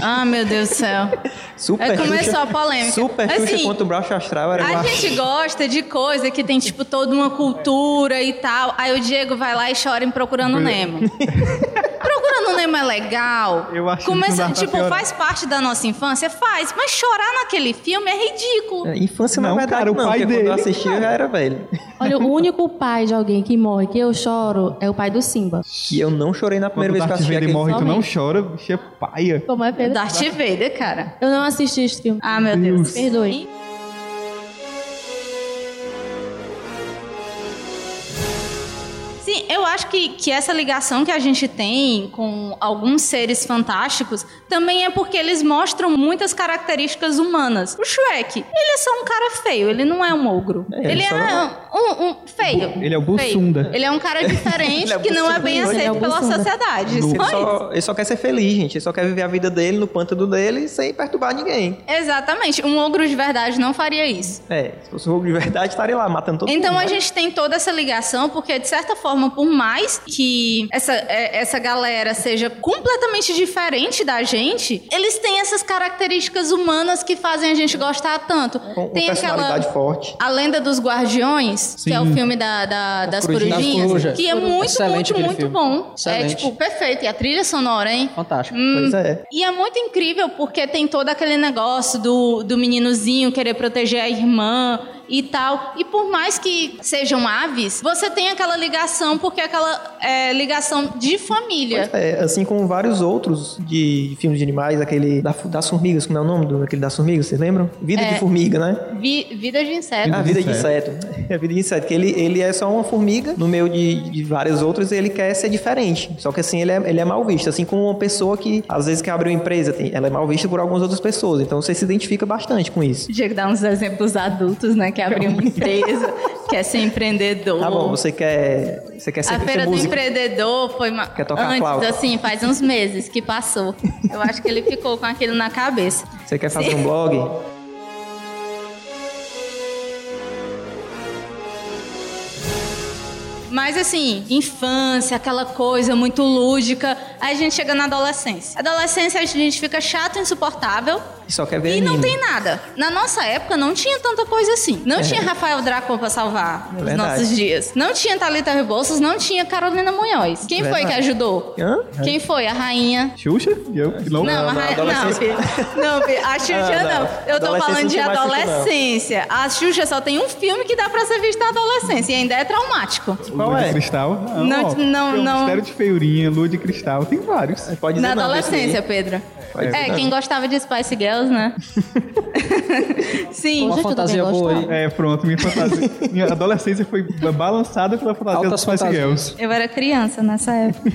B: Ah, meu Deus do céu.
C: Super
B: Aí
C: Xuxa.
B: começou a polêmica.
C: Super Xuxa
B: Assim,
C: contra o Braço Astral era
B: A
C: uma-
B: gente gosta de coisa que tem, tipo, tipo, toda uma cultura e tal. Aí o Diego vai lá e chora em Procurando Nemo. Procurando Nemo é legal.
D: Eu acho que não dá
B: Começa,
D: pra
B: tipo,
D: piorar.
B: faz parte da nossa infância, faz, mas chorar naquele filme é ridículo.
C: É, Infância não,
D: Não,
C: é verdade,
D: cara, o
C: não,
D: pai
C: porque
D: dele-
C: quando eu assisti eu já era velho.
E: Olha, o único pai de alguém que morre que eu choro é o pai do Simba.
C: E eu não chorei na
D: Quando
C: primeira
D: o
C: vez que eu
D: Darth
C: assisti
D: Vader
C: aquele
D: morre, tu
E: filme.
D: não chora, bicho, é paia.
E: Como é, Pedro?
B: Darth Vader, cara.
E: Eu não assisti esse filme.
B: Ah, meu Deus.
E: Perdoe.
B: Sim, eu acho que, que essa ligação que a gente tem com alguns seres fantásticos também é porque eles mostram muitas características humanas. O Shrek, ele é só um cara feio, ele não é um ogro.
C: É,
B: ele
C: ele
B: é
C: só não
B: um, um feio.
D: Ele é o
B: Feio.
D: Bussunda.
B: Ele é um cara diferente
C: Ele é
B: que não é bem
E: bussunda. Ele é
B: aceito
E: o
B: pela
E: bussunda.
B: sociedade.
C: Ele
B: Só isso.
C: só, ele só quer ser feliz, gente. Ele só quer viver a vida dele no pântano dele sem perturbar ninguém.
B: Exatamente. Um ogro de verdade não faria isso.
C: É, se fosse um jogo de verdade, estaria lá matando todo
B: Então
C: mundo. né?
B: a gente tem toda essa ligação, porque de certa forma, por mais que essa, é, essa galera seja completamente diferente da gente, eles têm essas características humanas que fazem a gente gostar tanto.
C: Com, com
B: tem
C: personalidade
B: aquela.
C: forte.
B: A Lenda dos Guardiões, que é o
D: Sim.
B: filme da, da- das
F: Corujinha.
B: Corujinhas,
F: Das Corujas.
B: que é muito,
F: Excelente
B: muito,
F: aquele
B: muito
F: filme.
B: bom. É
F: Excelente.
B: tipo, perfeito. E a trilha sonora, hein?
F: Fantástico.
C: Pois é.
B: E é muito incrível porque tem todo aquele negócio do, do meninozinho querer proteger a irmã e tal. E por mais que sejam aves, você tem aquela ligação, porque é aquela é, ligação de família.
C: Pois é, assim como vários outros de, de filmes de animais, aquele da, fu- das formigas, como é o nome do, aquele das formigas, vocês lembram? Vida
B: É.
C: de formiga, né?
B: Vi- vida de inseto.
C: A vida de inseto. É a vida de inseto, que ele, ele é só uma formiga no meio de, de várias outras e ele quer ser diferente. Só que assim, ele é, ele é mal visto. Assim como uma pessoa que, às vezes, que abre uma empresa, tem- ela é mal vista por algumas outras pessoas. Então você se identifica bastante com isso.
B: Tinha que dar uns exemplos adultos, né? Que abriu uma empresa, quer ser empreendedor.
C: Tá bom, você quer, você quer ser,
B: Uhum. A
C: ser
B: Feira do
C: músico.
B: Empreendedor foi ma-
C: Quer tocar
B: antes,
C: flauta?
B: assim, faz uns meses que passou. Eu acho que ele ficou com aquilo na cabeça.
C: Você quer fazer um blog?
B: Mas assim, infância, aquela coisa muito lúdica, aí a gente chega na adolescência. Adolescência a gente fica chato, insuportável
C: E só quer ver
B: e não
C: anime.
B: tem nada. Na nossa época não tinha tanta coisa assim. Não tinha Rafael Draco pra salvar
C: É
B: os
C: verdade.
B: nossos dias. Não tinha Thalita Rebouças, não tinha Carolina Munhoz. Quem foi
C: Verdade.
B: que ajudou?
C: Hã? É.
B: Quem foi? A rainha.
D: Xuxa? E eu? que Não.
B: Não, a rainha. Não,
C: adolescência-
B: filho. não, filho. a Xuxa
C: Ah, Não,
B: não.
C: não.
B: Eu tô
C: Adolescência
B: falando
C: não
B: de
C: tinha mais Xuxa, não.
B: adolescência. A Xuxa só tem um filme que dá pra ser visto na adolescência e ainda é traumático.
D: Lua
C: Qual
D: de
C: é?
D: Cristal?
B: Não,
D: ó,
B: não,
D: tem o
B: não.
D: Mistério de Feiurinha, Lua de Cristal, tem vários.
C: Pode
B: Na
C: dizer não,
B: adolescência,
C: desse
B: Pedro.
C: Pode dizer
B: É,
C: não.
B: quem gostava de Spice Girls, né? Sim.
F: Uma
E: Hoje tudo
F: fantasia
E: bem,
F: boa aí.
E: gostava.
D: É, pronto, minha fantasia. minha adolescência foi balançada pela fantasia
F: Altas
D: dos Spice
F: fantasias.
D: Girls.
B: Eu era criança nessa época.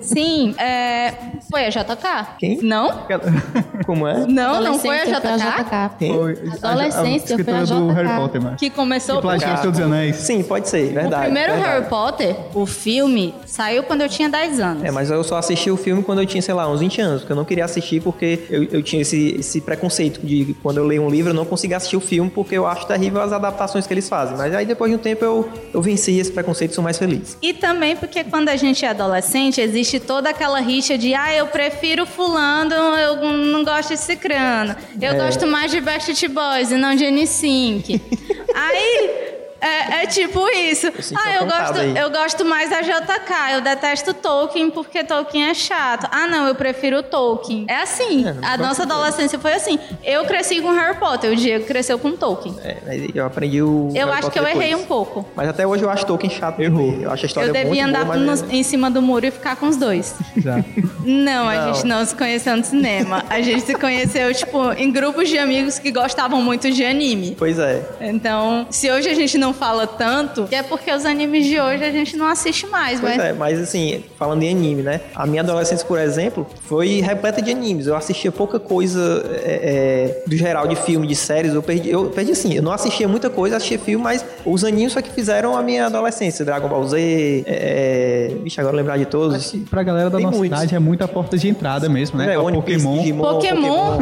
B: Sim, é... foi a JK?
C: Quem?
B: Não?
C: aí. Como é?
B: Não, não foi a
E: Adolescência foi
B: JK?
E: JK.
C: Quem?
D: Foi a-
E: Adolescência,
D: a, escritora
E: foi a
D: do
E: JK.
D: Harry Potter, mano.
B: Que começou...
D: Que plagiou os seus anéis.
C: Ah, Sim, pode ser,
B: O
C: verdade.
B: primeiro
C: verdade.
B: Harry Potter, o filme, saiu quando eu tinha 10 anos.
C: É, mas eu só assisti o filme quando eu tinha, sei lá, uns 20 anos, porque eu não queria assistir porque eu, eu tinha esse, esse preconceito de quando eu leio um livro eu não consigo assistir o filme porque eu acho terrível as adaptações que eles fazem. Mas aí depois de um tempo eu, eu venci esse preconceito e sou mais feliz.
B: E também porque quando a gente é adolescente, existe toda aquela rixa de ah, eu prefiro fulano, eu não gosto de cicrano.
C: É.
B: Eu gosto mais de Backstreet Boys e não de N5. aí... É, é tipo isso.
C: sinto
B: Ah, eu
C: apontado
B: gosto,
C: aí.
B: eu gosto mais da JK. Eu detesto Tolkien porque Tolkien é chato. Ah, não, eu prefiro Tolkien. É assim.
C: É, não
B: a
C: gosto
B: nossa adolescência foi assim. Eu cresci com Harry Potter, o Diego cresceu com Tolkien.
C: É, mas eu aprendi o.
B: eu
C: Harry
B: acho
C: Potter
B: que eu
C: depois.
B: errei um pouco.
C: Mas até hoje eu acho Tolkien chato. Errou. Eu acho a história
B: Eu devia
C: muito
B: andar
C: boa, mas- é
B: nos- em cima do muro e ficar com os dois.
D: Já.
B: Não, a
C: Não.
B: gente não se conheceu no cinema. A gente se conheceu, tipo, em grupos de amigos que gostavam muito de anime.
C: Pois é.
B: Então, se hoje a gente não fala tanto, é porque os animes de hoje a gente não assiste mais,
C: Pois
B: mas.
C: é, mas assim, falando em anime, né? A minha adolescência, por exemplo, foi repleta de animes. Eu assistia pouca coisa é, é, do geral de filme, de séries. Eu perdi, eu perdi assim, eu não assistia muita coisa, assistia filme, mas os animes só que fizeram a minha adolescência. Dragon Ball Z, é, é, vixe, agora lembrar de todos.
D: Pra galera da
C: Tem
D: nossa
C: muitos.
D: idade é muita porta de entrada mesmo, né?
C: É,
D: o
C: One Piece,
D: Pokémon.
C: Digimon,
B: Pokémon.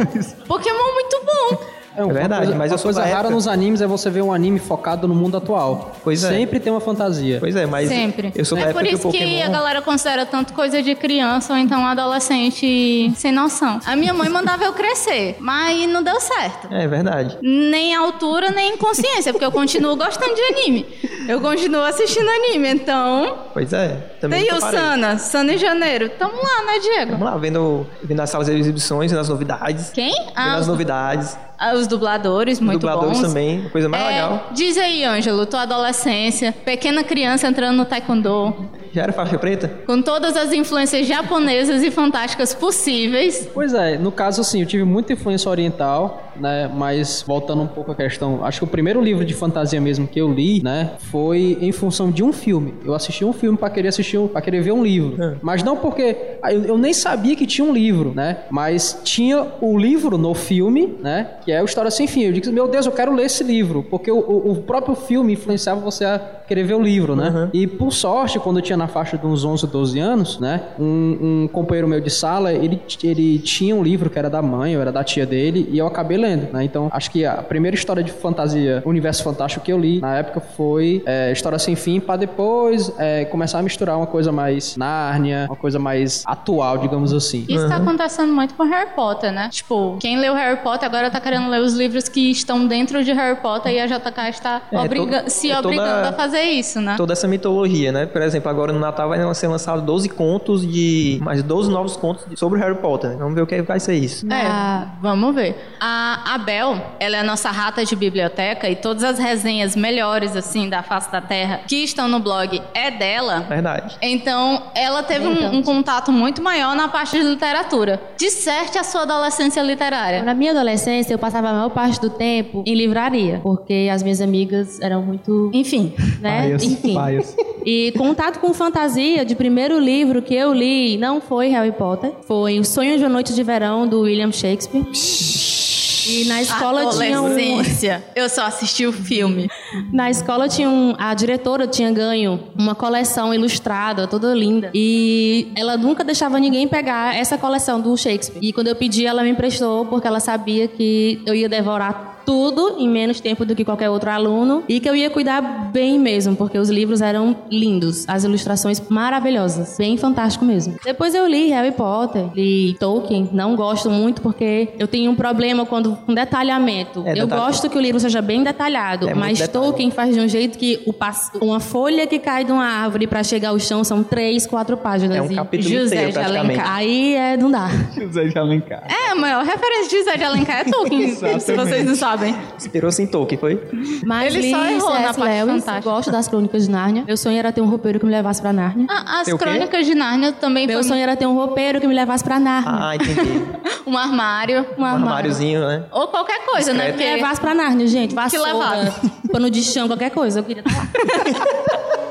B: Pokémon é muito bom.
F: É, uma
C: verdade,
F: coisa-
C: mas eu
F: uma
C: sou
F: coisa
C: da
F: rara
C: época.
F: nos animes é você ver um anime focado no mundo atual.
C: Pois é.
F: Sempre tem uma fantasia.
C: Pois é, mas
B: Sempre.
C: eu sou da
B: é por
C: época que o
B: isso que, a
C: Pokémon...
B: galera considera tanto coisa de criança ou então adolescente sem noção. A minha mãe mandava eu crescer, mas não deu certo.
C: É verdade.
B: Nem altura, nem consciência, porque eu continuo gostando de anime. Eu continuo assistindo anime, então.
C: Pois é. Também
B: Tem
C: nunca
B: o
C: parei.
B: Sana, Sana em janeiro. Tamo lá, né, Diego?
C: Vamos lá, vendo, vendo as salas de exibições, vendo as novidades.
B: Quem?
C: Vendo
B: Ah,
C: as
B: os,
C: novidades.
B: ah, os dubladores, muito
C: dubladores
B: bons.
C: também, a coisa mais
B: É,
C: Tá legal.
B: Diz aí, Ângelo, tua adolescência, pequena criança entrando no taekwondo,
C: Já era faixa preta?
B: com todas as influências japonesas e fantásticas possíveis.
F: Pois é, no caso assim, eu tive muita influência oriental, né? Mas voltando um pouco à questão, acho que o primeiro livro de fantasia mesmo que eu li, né, foi em função de um filme. Eu assisti um filme pra querer assistir, um, para querer ver um livro. Mas não porque ah, eu, eu nem sabia que tinha um livro, né? Mas tinha o livro no filme, né? Que é o História sem fim. Eu disse, meu Deus, eu quero ler esse livro, porque o, o- o próprio filme influenciava você a querer ver o livro, né? E por sorte, quando eu tinha na faixa de uns 11, 12 anos, né? Um, um companheiro meu de sala, ele, ele tinha um livro que era da mãe, ou era da tia dele, e eu acabei lendo, né? Então, acho que a primeira história de fantasia, universo fantástico que eu li na época foi é, História Sem Fim, pra depois é, começar a misturar uma coisa mais Nárnia, uma coisa mais atual, digamos assim.
B: Isso
I: Uhum.
B: tá acontecendo muito com Harry Potter, né? Tipo, quem leu Harry Potter agora tá querendo ler os livros que estão dentro de Harry Potter e a JK está
C: É,
B: obriga-
C: todo-
B: se
C: é toda-
B: obrigando a fazer isso, né?
C: Toda essa mitologia, né? Por exemplo, agora no Natal vai ser lançado 12 contos de. Mais 12 novos contos de- sobre o Harry Potter. né? Vamos ver o que vai ser isso.
B: É, vamos ver. A Abel, ela é a nossa rata de biblioteca e todas as resenhas melhores, assim, da face da terra que estão no blog é dela.
C: Verdade.
B: Então, ela teve um, um contato muito maior na parte de literatura. Disserte a sua adolescência literária.
E: É. Na minha adolescência, eu passava a maior parte do tempo em livraria, porque as minhas amigas eram muito. Enfim, né?
D: Paias,
E: Enfim.
D: paias.
E: E contato com fantasia, de primeiro livro que eu li, não foi Harry Potter, foi O Sonho de uma Noite de Verão, do William Shakespeare. E na escola tinha um,
B: adolescência. Eu só assisti o filme.
E: na escola tinha um, a diretora tinha ganho uma coleção ilustrada, toda linda. E ela nunca deixava ninguém pegar essa coleção do Shakespeare. E quando eu pedi, ela me emprestou porque ela sabia que eu ia devorar tudo em menos tempo do que qualquer outro aluno e que eu ia cuidar bem mesmo, porque os livros eram lindos, as ilustrações maravilhosas, bem fantástico mesmo. Depois eu li Harry Potter, li Tolkien, não gosto muito porque eu tenho um problema quando com detalhamento.
C: É,
E: eu
C: detalhe.
E: gosto que o livro seja bem detalhado,
C: É muito
E: mas
C: detalhe.
E: Tolkien faz de um jeito que o pas- uma folha que cai de uma árvore pra chegar ao chão são três, quatro páginas.
C: É um
E: e
C: capítulo
B: José
C: inteiro,
B: de
C: praticamente.
B: Alencar.
E: aí é, não dá.
D: José de Alencar.
B: É, a maior referência de José de Alencar é Tolkien, se vocês não sabem.
C: Inspirou-se em Tolkien, foi?
E: Mas
B: Ele
E: li
B: só errou na
E: C.S.
B: parte
E: Lewis,
B: fantástica.
E: gosto das crônicas de Nárnia. Meu sonho era ter um roupeiro que me levasse pra Nárnia.
B: Ah, então As
C: Tem o quê?
B: Crônicas de Nárnia também
E: Meu
B: foi
E: sonho era ter um roupeiro que me levasse pra Nárnia.
C: Ah, entendi.
B: um armário.
E: um
C: Um
E: armário.
C: armáriozinho, né?
B: Ou qualquer coisa, né?
E: Que me
B: Porque
E: levasse pra Nárnia, gente. Vassoura,
B: levasse.
E: pano de chão, qualquer coisa. Eu queria estar lá.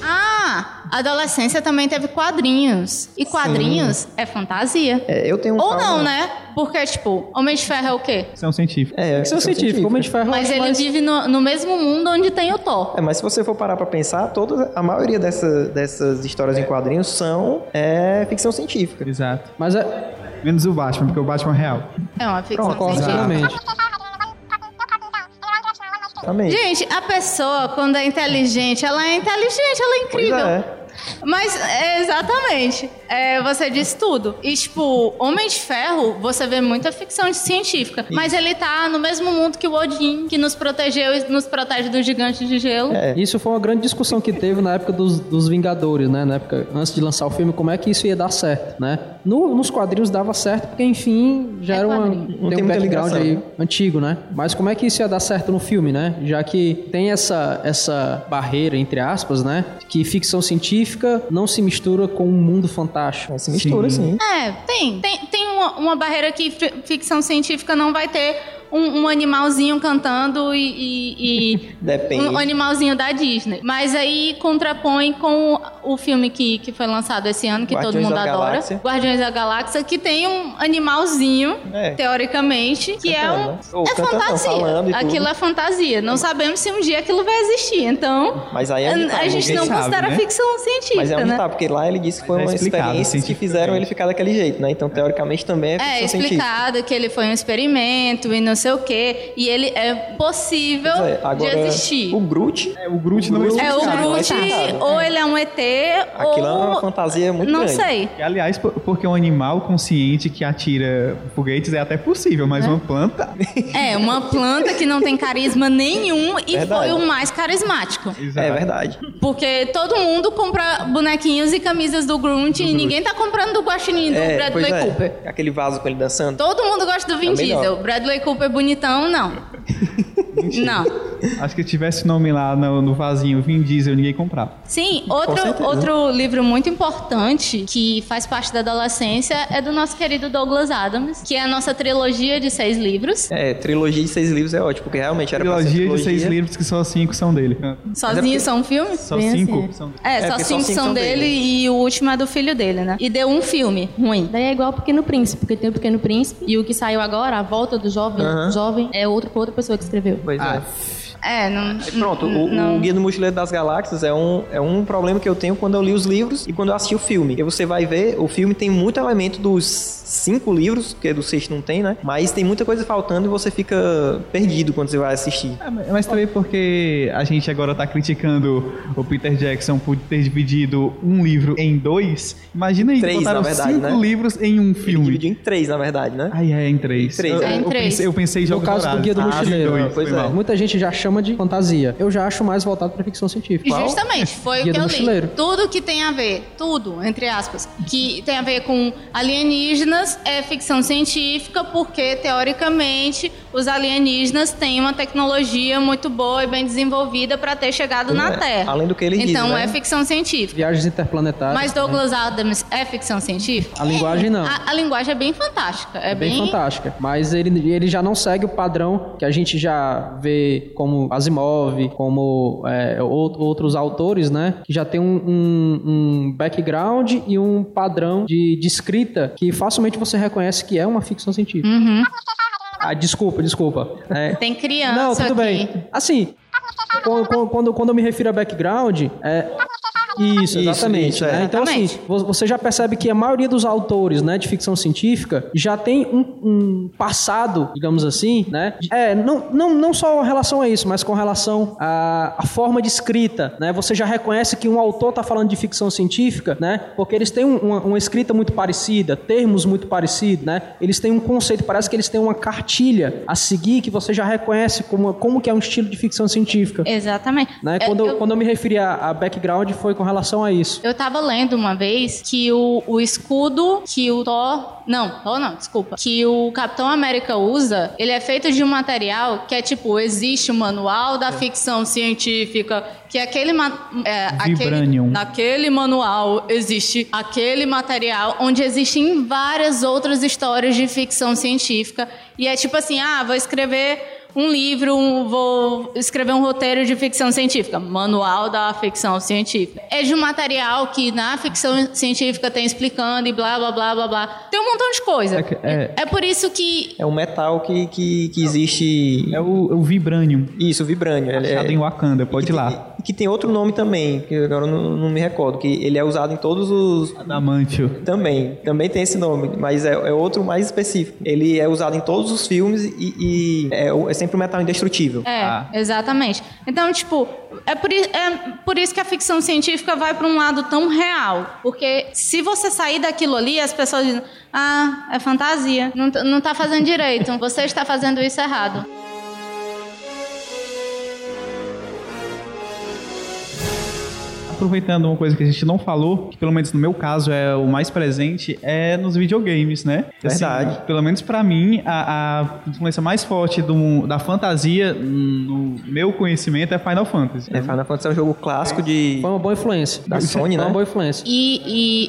B: Ah, a adolescência também teve quadrinhos. E quadrinhos é fantasia.
C: É, eu tenho um
B: Ou
C: caso-
B: não, né? Porque, tipo, Homem de Ferro é o quê?
D: São científicos.
C: É,
F: Isso é científico, como a gente faz
B: Mas ele vive no, no mesmo mundo onde tem o Thor.
C: É, mas se você for parar pra pensar, todas, a maioria dessa- dessas histórias em quadrinhos são é, ficção científica.
D: Exato.
F: Mas é.
D: Menos o Batman, porque o Batman é real.
B: É uma ficção
F: Pronto,
B: científica.
F: exatamente.
C: Também.
B: Gente, a pessoa, quando é inteligente, ela é inteligente, ela é
C: Pois
B: incrível.
C: é.
B: Mas, é, exatamente. É, você disse tudo. E, tipo, Homem de Ferro, você vê muita ficção científica. Mas ele tá no mesmo mundo que o Odin, que nos protegeu e nos protege do gigante de gelo.
C: É.
F: Isso foi uma grande discussão que teve na época dos, dos Vingadores, né? Na época, antes de lançar o filme, como é que isso ia dar certo, né? No- nos quadrinhos dava certo, porque enfim, já
B: É
F: era uma,
B: quadrinho.
F: tem,
C: tem
F: um
C: muita
F: background
C: ligação,
F: aí
C: né?
F: antigo, né? Mas como é que isso ia dar certo no filme, né? Já que tem essa, essa barreira, entre aspas, né? Que ficção científica não se mistura com um mundo fantástico.
C: É, Se mistura, sim.
B: É, tem. Tem, tem uma, uma barreira que fi- ficção científica não vai ter um, um animalzinho cantando e- e- e
C: Depende.
B: um animalzinho da Disney. Mas aí contrapõe com o filme que, que foi lançado esse ano, que todo
C: Guardiões
B: mundo
C: da
B: adora.
C: Galáxia.
B: Guardiões da Galáxia, que tem um animalzinho,
C: É.
B: teoricamente, que é um.
C: Cantando, né? Ou
B: é
C: cantando, não,
B: fantasia.
C: falando e tudo.
B: aquilo é fantasia. Não sabemos se um dia aquilo vai existir. Então,
C: Mas aí é onde tá,
B: a gente
C: ninguém
B: não
D: sabe,
B: considera
D: né?
B: ficção
C: Mas é
B: científica,
C: onde
B: né?
C: tá, porque lá ele disse que foi
D: Mas é
C: uma
D: explicado,
C: experiência que
D: cientificamente.
C: fizeram ele ficar daquele jeito, né? Então, teoricamente, também é
B: É
C: ficção científica.
B: explicado que ele foi um experimento e não sei o quê. E ele é possível
C: Pois é,
B: de
C: agora,
B: existir.
C: o Groot,
D: É, o Groot não
C: O Groot-
D: existe.
B: É o
C: Explicado,
B: Groot,
C: explicado.
B: ou ele é um ET,
C: né? aquilo é uma
B: ou...
C: fantasia muito
B: não
C: grande.
B: sei.
D: é- Aliás, por- porque um animal consciente que atira foguetes é até possível, mas uma planta.
B: É, uma planta que não tem carisma nenhum e
C: Verdade.
B: foi o mais carismático.
C: É verdade.
B: Porque todo mundo compra bonequinhos e camisas do Grunt e ninguém tá comprando do guaxinim do
C: é,
B: Bradley
C: pois é.
B: Cooper.
C: Aquele vaso com ele dançando.
B: Todo mundo gosta do Vin
C: É melhor.
B: Diesel. Bradley Cooper é bonitão, não. não.
D: Acho que tivesse nome lá no, no vasinho Vin Diesel, ninguém comprava.
B: Sim,
C: certeza.
B: outro, outro livro muito importante que faz parte da adolescência é do nosso querido Douglas Adams, que é a nossa trilogia de seis livros.
C: É, trilogia de seis livros é ótimo, porque realmente era pra ser
D: Trilogia de
C: trilogia.
D: seis livros que só cinco são dele.
B: Sozinhos são filmes?
D: Só
E: Bem
D: cinco
E: assim.
D: são dele.
B: É,
C: É,
B: só
C: porque
B: cinco são dele, e o último é do filho dele, né? E deu um filme ruim.
E: Daí é igual o Pequeno Príncipe, porque tem o Pequeno Príncipe e o que saiu agora, a volta do jovem,
C: Aham.
E: jovem é outro outra pessoa que escreveu.
C: Pois é.
B: É, não.
C: Pronto, o- o, Guia do Mochileiro das Galáxias é um, é um problema que eu tenho quando eu li os livros e quando eu assisti o filme. E você vai ver, o filme tem muito elemento dos cinco livros, porque do sexto não tem, né? Mas tem muita coisa faltando e você fica perdido quando você vai assistir.
D: Ah, mas- Mas também porque a gente agora tá criticando o Peter Jackson por ter dividido um livro em dois. Imagina aí,
C: Três,
D: botaram
C: na verdade,
D: cinco
C: né?
D: livros em um
C: Ele
D: filme.
C: dividiu em três, na verdade, né?
D: Ai, é, em três.
C: Em três,
D: eu,
C: é.
B: Em
D: eu
B: três.
D: pensei, eu pensei em
F: No
D: Jogos
F: caso do
D: Dourados.
F: Guia do
D: Ah,
F: Mochileiro,
D: dois,
C: pois
D: foi
C: é.
D: mal.
F: Muita gente já chama de fantasia. Eu já acho mais voltado pra ficção científica.
B: Justamente, foi o que
F: Guia do
B: eu
F: Mochileiro.
B: li. Tudo que tem a ver, tudo, entre aspas, que tem a ver com alienígenas é ficção científica, porque teoricamente os alienígenas têm uma tecnologia muito boa e bem desenvolvida pra ter chegado na
C: É,
B: Terra.
C: Além do que ele diz,
B: então
C: né?
B: é ficção científica.
F: Viagens interplanetárias.
B: Mas Douglas Adams é ficção científica?
F: A linguagem não.
B: A, a linguagem é bem fantástica. É,
F: É bem fantástica. Mas ele, ele já não segue o padrão que a gente já vê como Asimov, como é, ou- outros autores, né? Que já tem um, um- um background e um padrão de, de escrita que facilmente você reconhece que é uma ficção científica.
B: Uhum.
F: Ah, desculpa, desculpa. É,
B: Tem criança
F: não, tudo
B: aqui.
F: bem. Assim, quando, quando- quando, quando eu me refiro a background, é.
C: Isso,
F: Isso, exatamente.
C: isso,
F: né?
C: é.
F: Então, assim,
B: Exatamente.
F: vo- você já percebe que a maioria dos autores né, de ficção científica já tem um, um passado, digamos assim, né? de- É, não, não, não só com relação a isso, mas com relação à, à forma de escrita. Né? Você já reconhece que um autor está falando de ficção científica, né? Porque eles têm um- uma, uma escrita muito parecida, termos muito parecidos, né? Eles têm um conceito, parece que eles têm uma cartilha a seguir que você já reconhece como, como que é um estilo de ficção científica.
B: Exatamente.
F: Né?
B: É,
F: Quando, eu,
B: eu-
F: quando eu me referi a, a background foi com relação a isso.
B: Eu tava lendo uma vez que o, o escudo que o Thor. Não, Thor não, desculpa. Que o Capitão América usa, ele é feito de um material que é tipo, existe o manual da ficção científica, que é aquele. ma- É, aquele
D: Vibranium.
B: naquele manual existe aquele material onde existem várias outras histórias de ficção científica. E é tipo assim, ah, vou escrever. Um livro, um- vou escrever um roteiro de ficção científica, manual da ficção científica. É de um material que na ficção científica tem explicando e blá blá blá blá blá. Tem um montão de coisa.
D: É que- é-
B: é por isso que
C: É um metal que, que, que existe.
D: É o, é o Vibranium,
C: Isso, vibrânio. ele
D: achado
C: é...
D: em Wakanda, pode ir
C: que
D: lá.
C: tem- que tem outro nome também, que agora eu não, não me recordo, que ele é usado em todos os,
D: Adamantio.
C: Também, também tem esse nome, mas é, é outro mais específico. Ele é usado em todos os filmes e, e é, o- é sempre um metal indestrutível.
B: É,
D: Ah.
B: exatamente. Então, tipo, é por, i- é por isso que a ficção científica vai para um lado tão real. Porque se você sair daquilo ali, as pessoas dizem: ah, é fantasia, não, t- não tá fazendo direito, você está fazendo isso errado.
D: Aproveitando uma coisa que a gente não falou, que pelo menos no meu caso é o mais presente, é nos videogames, né? Assim,
C: Verdade.
D: pelo menos pra mim, a, a influência mais forte do- da fantasia, hum, no meu conhecimento, é Final Fantasy.
C: É, Final Fantasy é um jogo clássico de.
F: Foi uma boa influência.
C: Da Sony,
F: Foi
C: né?
F: uma boa influência.
B: E,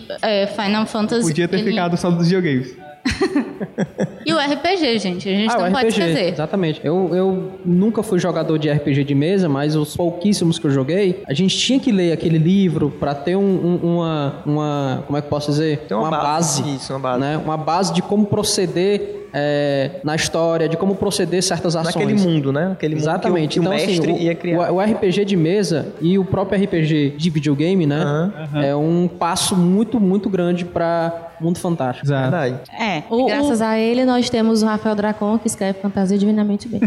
B: e, é, Final Fantasy.
D: Podia ter
B: ele-
D: ficado só dos videogames.
B: E o RPG, gente, a
D: Ah,
B: gente tá- não
F: Ah, o
B: pode esquecer.
F: Exatamente. Eu, eu nunca fui jogador de RPG de mesa, mas os pouquíssimos que eu joguei, a gente tinha que ler aquele livro pra ter um- um- uma, uma. Como é que eu posso dizer?
C: Tem uma base. Isso, uma base.
F: Né? Uma base de como proceder é, na história, de como proceder certas ações.
C: Naquele mundo, né? Aquele mundo que o-
F: Exatamente.
C: que o,
F: então,
C: mestre
F: assim, o,
C: ia criar.
F: o- o RPG de mesa e o próprio RPG de videogame, né?
C: Aham.
F: É um passo muito, muito grande pra Mundo Fantástico.
D: Exato.
C: Verdade.
E: É,
B: o-
E: graças a ele nós temos o Rafael Dracon, que escreve fantasia divinamente bem.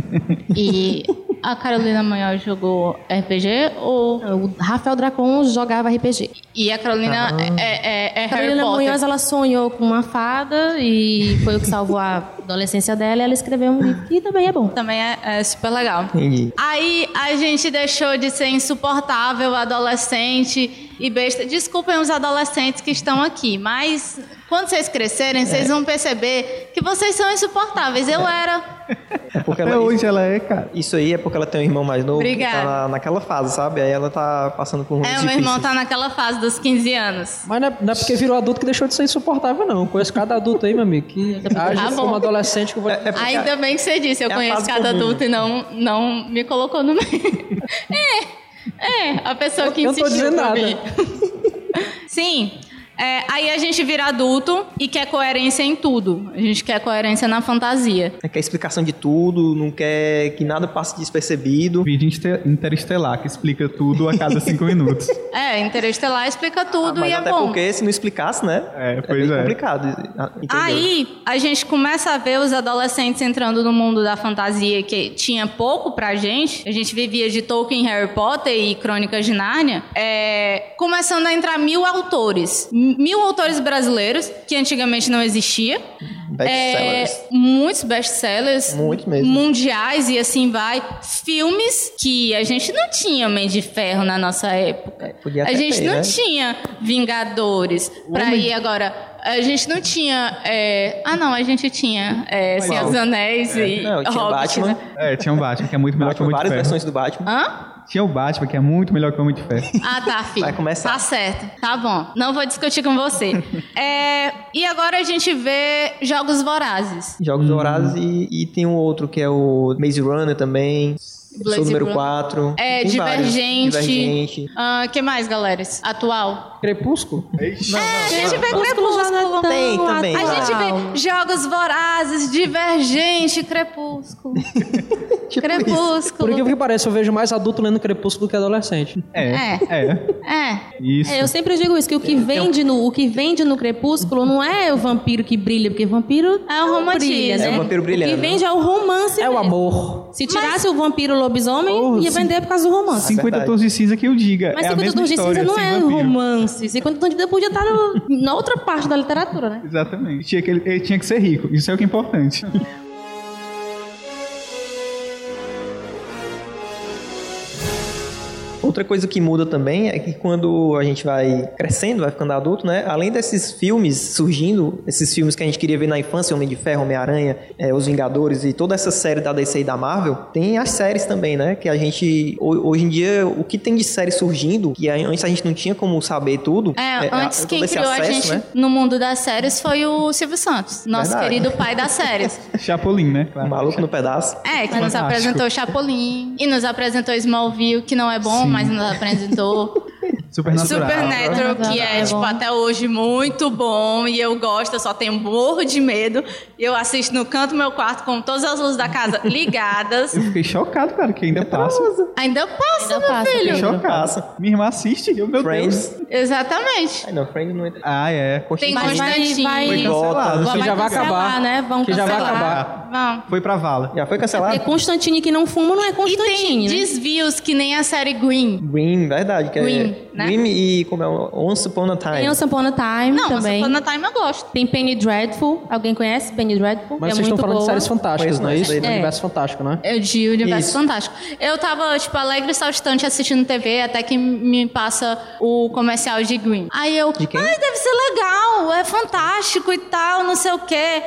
B: E a Carolina Maior jogou RPG ou.
E: O Rafael Dracon jogava RPG.
B: E a Carolina
D: Ah.
B: é, é, é Harry
E: Carolina
B: Potter.
E: Munhoz, ela sonhou com uma fada e foi o que salvou a adolescência dela e ela escreveu um livro que também é bom.
B: Também é, é super legal.
C: Entendi.
B: Aí a gente deixou de ser insuportável, adolescente e besta. Desculpem os adolescentes que estão aqui, mas quando vocês crescerem, vocês vão perceber que vocês são insuportáveis. Eu era.
C: É porque
D: Até
C: ela,
D: hoje ela é, cara.
C: Isso aí é porque ela tem um irmão mais novo que
B: Obrigada.
C: tá na- naquela fase, sabe? Aí ela tá passando por um
B: É, meu irmão tá naquela fase dos 15 anos.
F: Mas não é, não é porque virou adulto que deixou de ser insuportável, não. Eu conheço cada adulto aí, meu amigo, que
E: Tá
F: age
B: bom.
F: como adolescente que eu vou...
C: É, é porque
B: Ainda bem que você disse, eu
C: é a
B: conheço
C: fase
B: cada
C: comum.
B: adulto e não, não me colocou no meio. é, é, a pessoa que
F: Eu não tô
B: insistiu
F: dizendo
B: pra
F: nada.
B: mim. Sim. é, aí a gente vira adulto e quer coerência em tudo. A gente quer coerência na fantasia.
C: quer explicação de tudo, não quer que nada passe despercebido.
D: Vídeo inter- interestelar que explica tudo a cada cinco minutos.
B: É, Interestelar explica
C: Ah,
B: tudo
C: mas
B: e é
C: até
B: bom.
C: porque se não explicasse, né?
D: É,
C: é
D: pois
C: bem
D: é.
C: complicado. ah, entendeu?
B: Aí a gente começa a ver os adolescentes entrando no mundo da fantasia que tinha pouco pra gente. A gente vivia de Tolkien, Harry Potter e Crônicas de Nárnia. É, começando a entrar mil autores. M- Mil autores brasileiros, que antigamente não existia.
C: Best-sellers.
B: É, muitos best-sellers.
C: Muitos mesmo.
B: Mundiais e assim vai. Filmes que a gente não tinha Homem de Ferro na nossa época.
C: podia
B: a
C: até
B: gente
C: ter,
B: não
C: né?
B: tinha Vingadores pra ir agora. A gente não tinha. é, Ah, não, a gente tinha é, Senhor dos Anéis e.
C: É. Não, tinha o
B: Hobbit,
C: Batman.
B: né?
D: É, tinha um Batman que é muito melhor que o
C: Batman,
D: Homem de
C: várias
D: Ferro.
C: versões do Batman.
B: Hã?
D: Tinha o Batman que é muito melhor que o Homem de Ferro.
B: Ah, tá, filho.
C: Vai começar.
B: Tá certo. Tá bom. Não vou discutir com você. É, e agora a gente vê Jogos Vorazes.
C: Jogos
D: Uhum.
C: Horazes e, e tem um outro que é o Maze Runner também.
B: Blaze
C: Sou número
B: Runner.
C: 4.
B: É,
C: tem vários.
B: Divergente.
C: Divergente.
B: Ah, que mais, galera? Atual?
F: Crepúsculo?
B: É, a gente vê Crepúsculo.
C: Tem também.
B: A
C: claro.
B: gente vê Jogos Vorazes, Divergente, Crepúsculo.
F: Por
B: Crepúsculo.
F: incrível que pareça, eu vejo mais adulto lendo Crepúsculo do que adolescente.
D: É.
B: É.
D: É.
B: É.
D: Isso.
E: É, eu sempre digo isso, que o que vende no, o que vende no crepúsculo não é o vampiro que brilha, porque vampiro
B: É o
E: não
B: romantismo,
E: brilha, né?
C: é o vampiro brilhando,
E: O que vende é o romance.
F: É o
E: mesmo.
F: amor.
E: Se tirasse o vampiro lobisomem,
D: Oh,
E: ia
D: sim.
E: vender por causa do romance.
D: 50
C: verdade.
D: tons de cinza que eu diga.
E: Mas
D: é a
E: 50
D: mesma
E: tons de cinza
D: história,
E: não
F: assim,
D: sem
E: é
D: vampiro.
E: romance. 50 tons de cinza podia estar no- na outra parte da literatura, né?
D: Exatamente. Tinha que, ele, ele tinha que ser rico. Isso é o que é importante.
C: Outra coisa que muda também é que quando a gente vai crescendo, vai ficando adulto, né? Além desses filmes surgindo, esses filmes que a gente queria ver na infância, Homem de Ferro, Homem-Aranha, eh, Os Vingadores e toda essa série da DC e da Marvel, tem as séries também, né? Que a gente, ho- hoje em dia, o que tem de série surgindo, que a- antes a gente não tinha como saber tudo.
B: É,
C: eh, a-
B: antes
C: todo
B: quem
C: esse
B: criou a
C: acesso,
B: gente
C: né?
B: no mundo das séries foi o Silvio Santos, nosso
C: Verdade.
B: querido pai das séries.
D: Chapolin, né?
C: O
D: Claro.
C: maluco no pedaço.
B: É, que nos
D: Fantástico.
B: apresentou Chapolin e nos apresentou Smallville, que não é bom,
D: Sim.
B: mas nos apresentou
D: Supernatural.
B: Supernatural, que é,
E: É
B: tipo,
E: bom.
B: até hoje muito bom e eu gosto, eu só tenho morro de medo. Eu assisto no canto do meu quarto com todas as luzes da casa ligadas.
D: Eu fiquei chocado, cara, que ainda passa.
B: Ainda passa,
E: Ainda
B: meu
E: passa,
B: filho.
D: Fiquei
E: Pedro.
D: chocado. Minha irmã assiste, eu, meu Deus.
C: Friends.
B: Exatamente.
C: Ai, não, Friends não entra.
D: Ah, é.
B: Tem
E: Mas vai-
B: Constantine.
E: vai-
D: Foi cancelado.
F: Que
E: Vai
F: já vai
E: cancelar,
F: acabar.
E: né? Vão
F: Que já vai
E: cancelar.
F: acabar.
B: Vamos.
D: Foi pra vala.
C: Já foi cancelado?
E: É Constantine que não fuma, não é
B: E tem
E: Constantine, né?
B: desvios que nem a série Green.
C: Green, verdade. Que
B: Green,
C: é...
B: né?
C: Green e como é? Once Upon a Time.
E: Tem o Sampona Time
B: Não,
E: também.
B: mas na Time eu gosto.
E: Tem Penny Dreadful. Alguém conhece Penny Dreadful?
F: Mas
E: é
F: vocês
E: muito
F: estão falando de
E: boa.
F: séries fantásticas,
C: Pois
F: não é
C: não,
F: isso?
C: isso daí
F: Do
C: não.
F: Universo fantástico, né?
B: Eu É de Universo
C: Isso.
B: Fantástico. Eu tava, tipo, alegre e saltitante assistindo TV até que me passa o comercial de Green. Aí eu,
C: De quem?
B: ai, deve ser legal, é fantástico e tal, não sei o quê.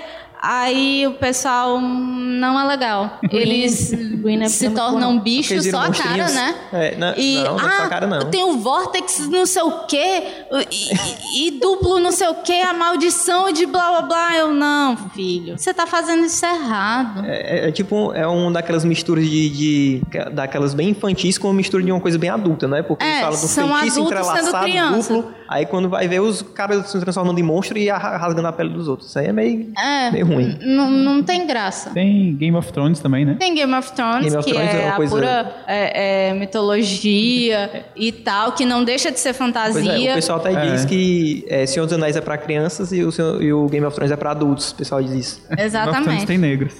B: Aí o pessoal hum, não é legal. Eles
E: Green é
B: se
E: pano
B: tornam
I: Porque
B: bichos
I: viram
B: só a cara,
I: monstrinhos.
B: né?
I: É, não,
B: E,
I: não, não é
B: ah,
I: só a cara não.
B: tem o Vortex não sei o quê, e, e- e duplo não sei o quê, a maldição de blá blá blá. Eu, não, filho, você tá fazendo isso errado.
I: É, é tipo, é um daquelas misturas de, de- daquelas bem infantis com uma mistura de uma coisa bem adulta, né? Porque
B: É,
I: eles falam do
B: são
I: feitiço
B: adultos sendo
I: entrelaçado,
B: criança.
I: duplo. Aí quando vai ver, os caras se transformando em monstro e arra- rasgando a pele dos outros. Isso aí é meio,
B: É,
I: meio ruim.
B: não, não tem graça.
D: Tem Game of Thrones também, né?
B: Tem Game of Thrones,
I: Game of
B: que
I: Thrones é
B: é,
I: uma
B: a
I: coisa-
B: pura é, é, mitologia e tal, que não deixa de
I: Pois
B: ser
I: é,
B: fantasia.
I: o pessoal até
D: É.
I: diz que é, Senhor dos Anéis é pra crianças e o, Senhor- e o Game of Thrones é pra adultos. O pessoal diz isso.
D: Game of Thrones
B: Exatamente.
D: tem negros.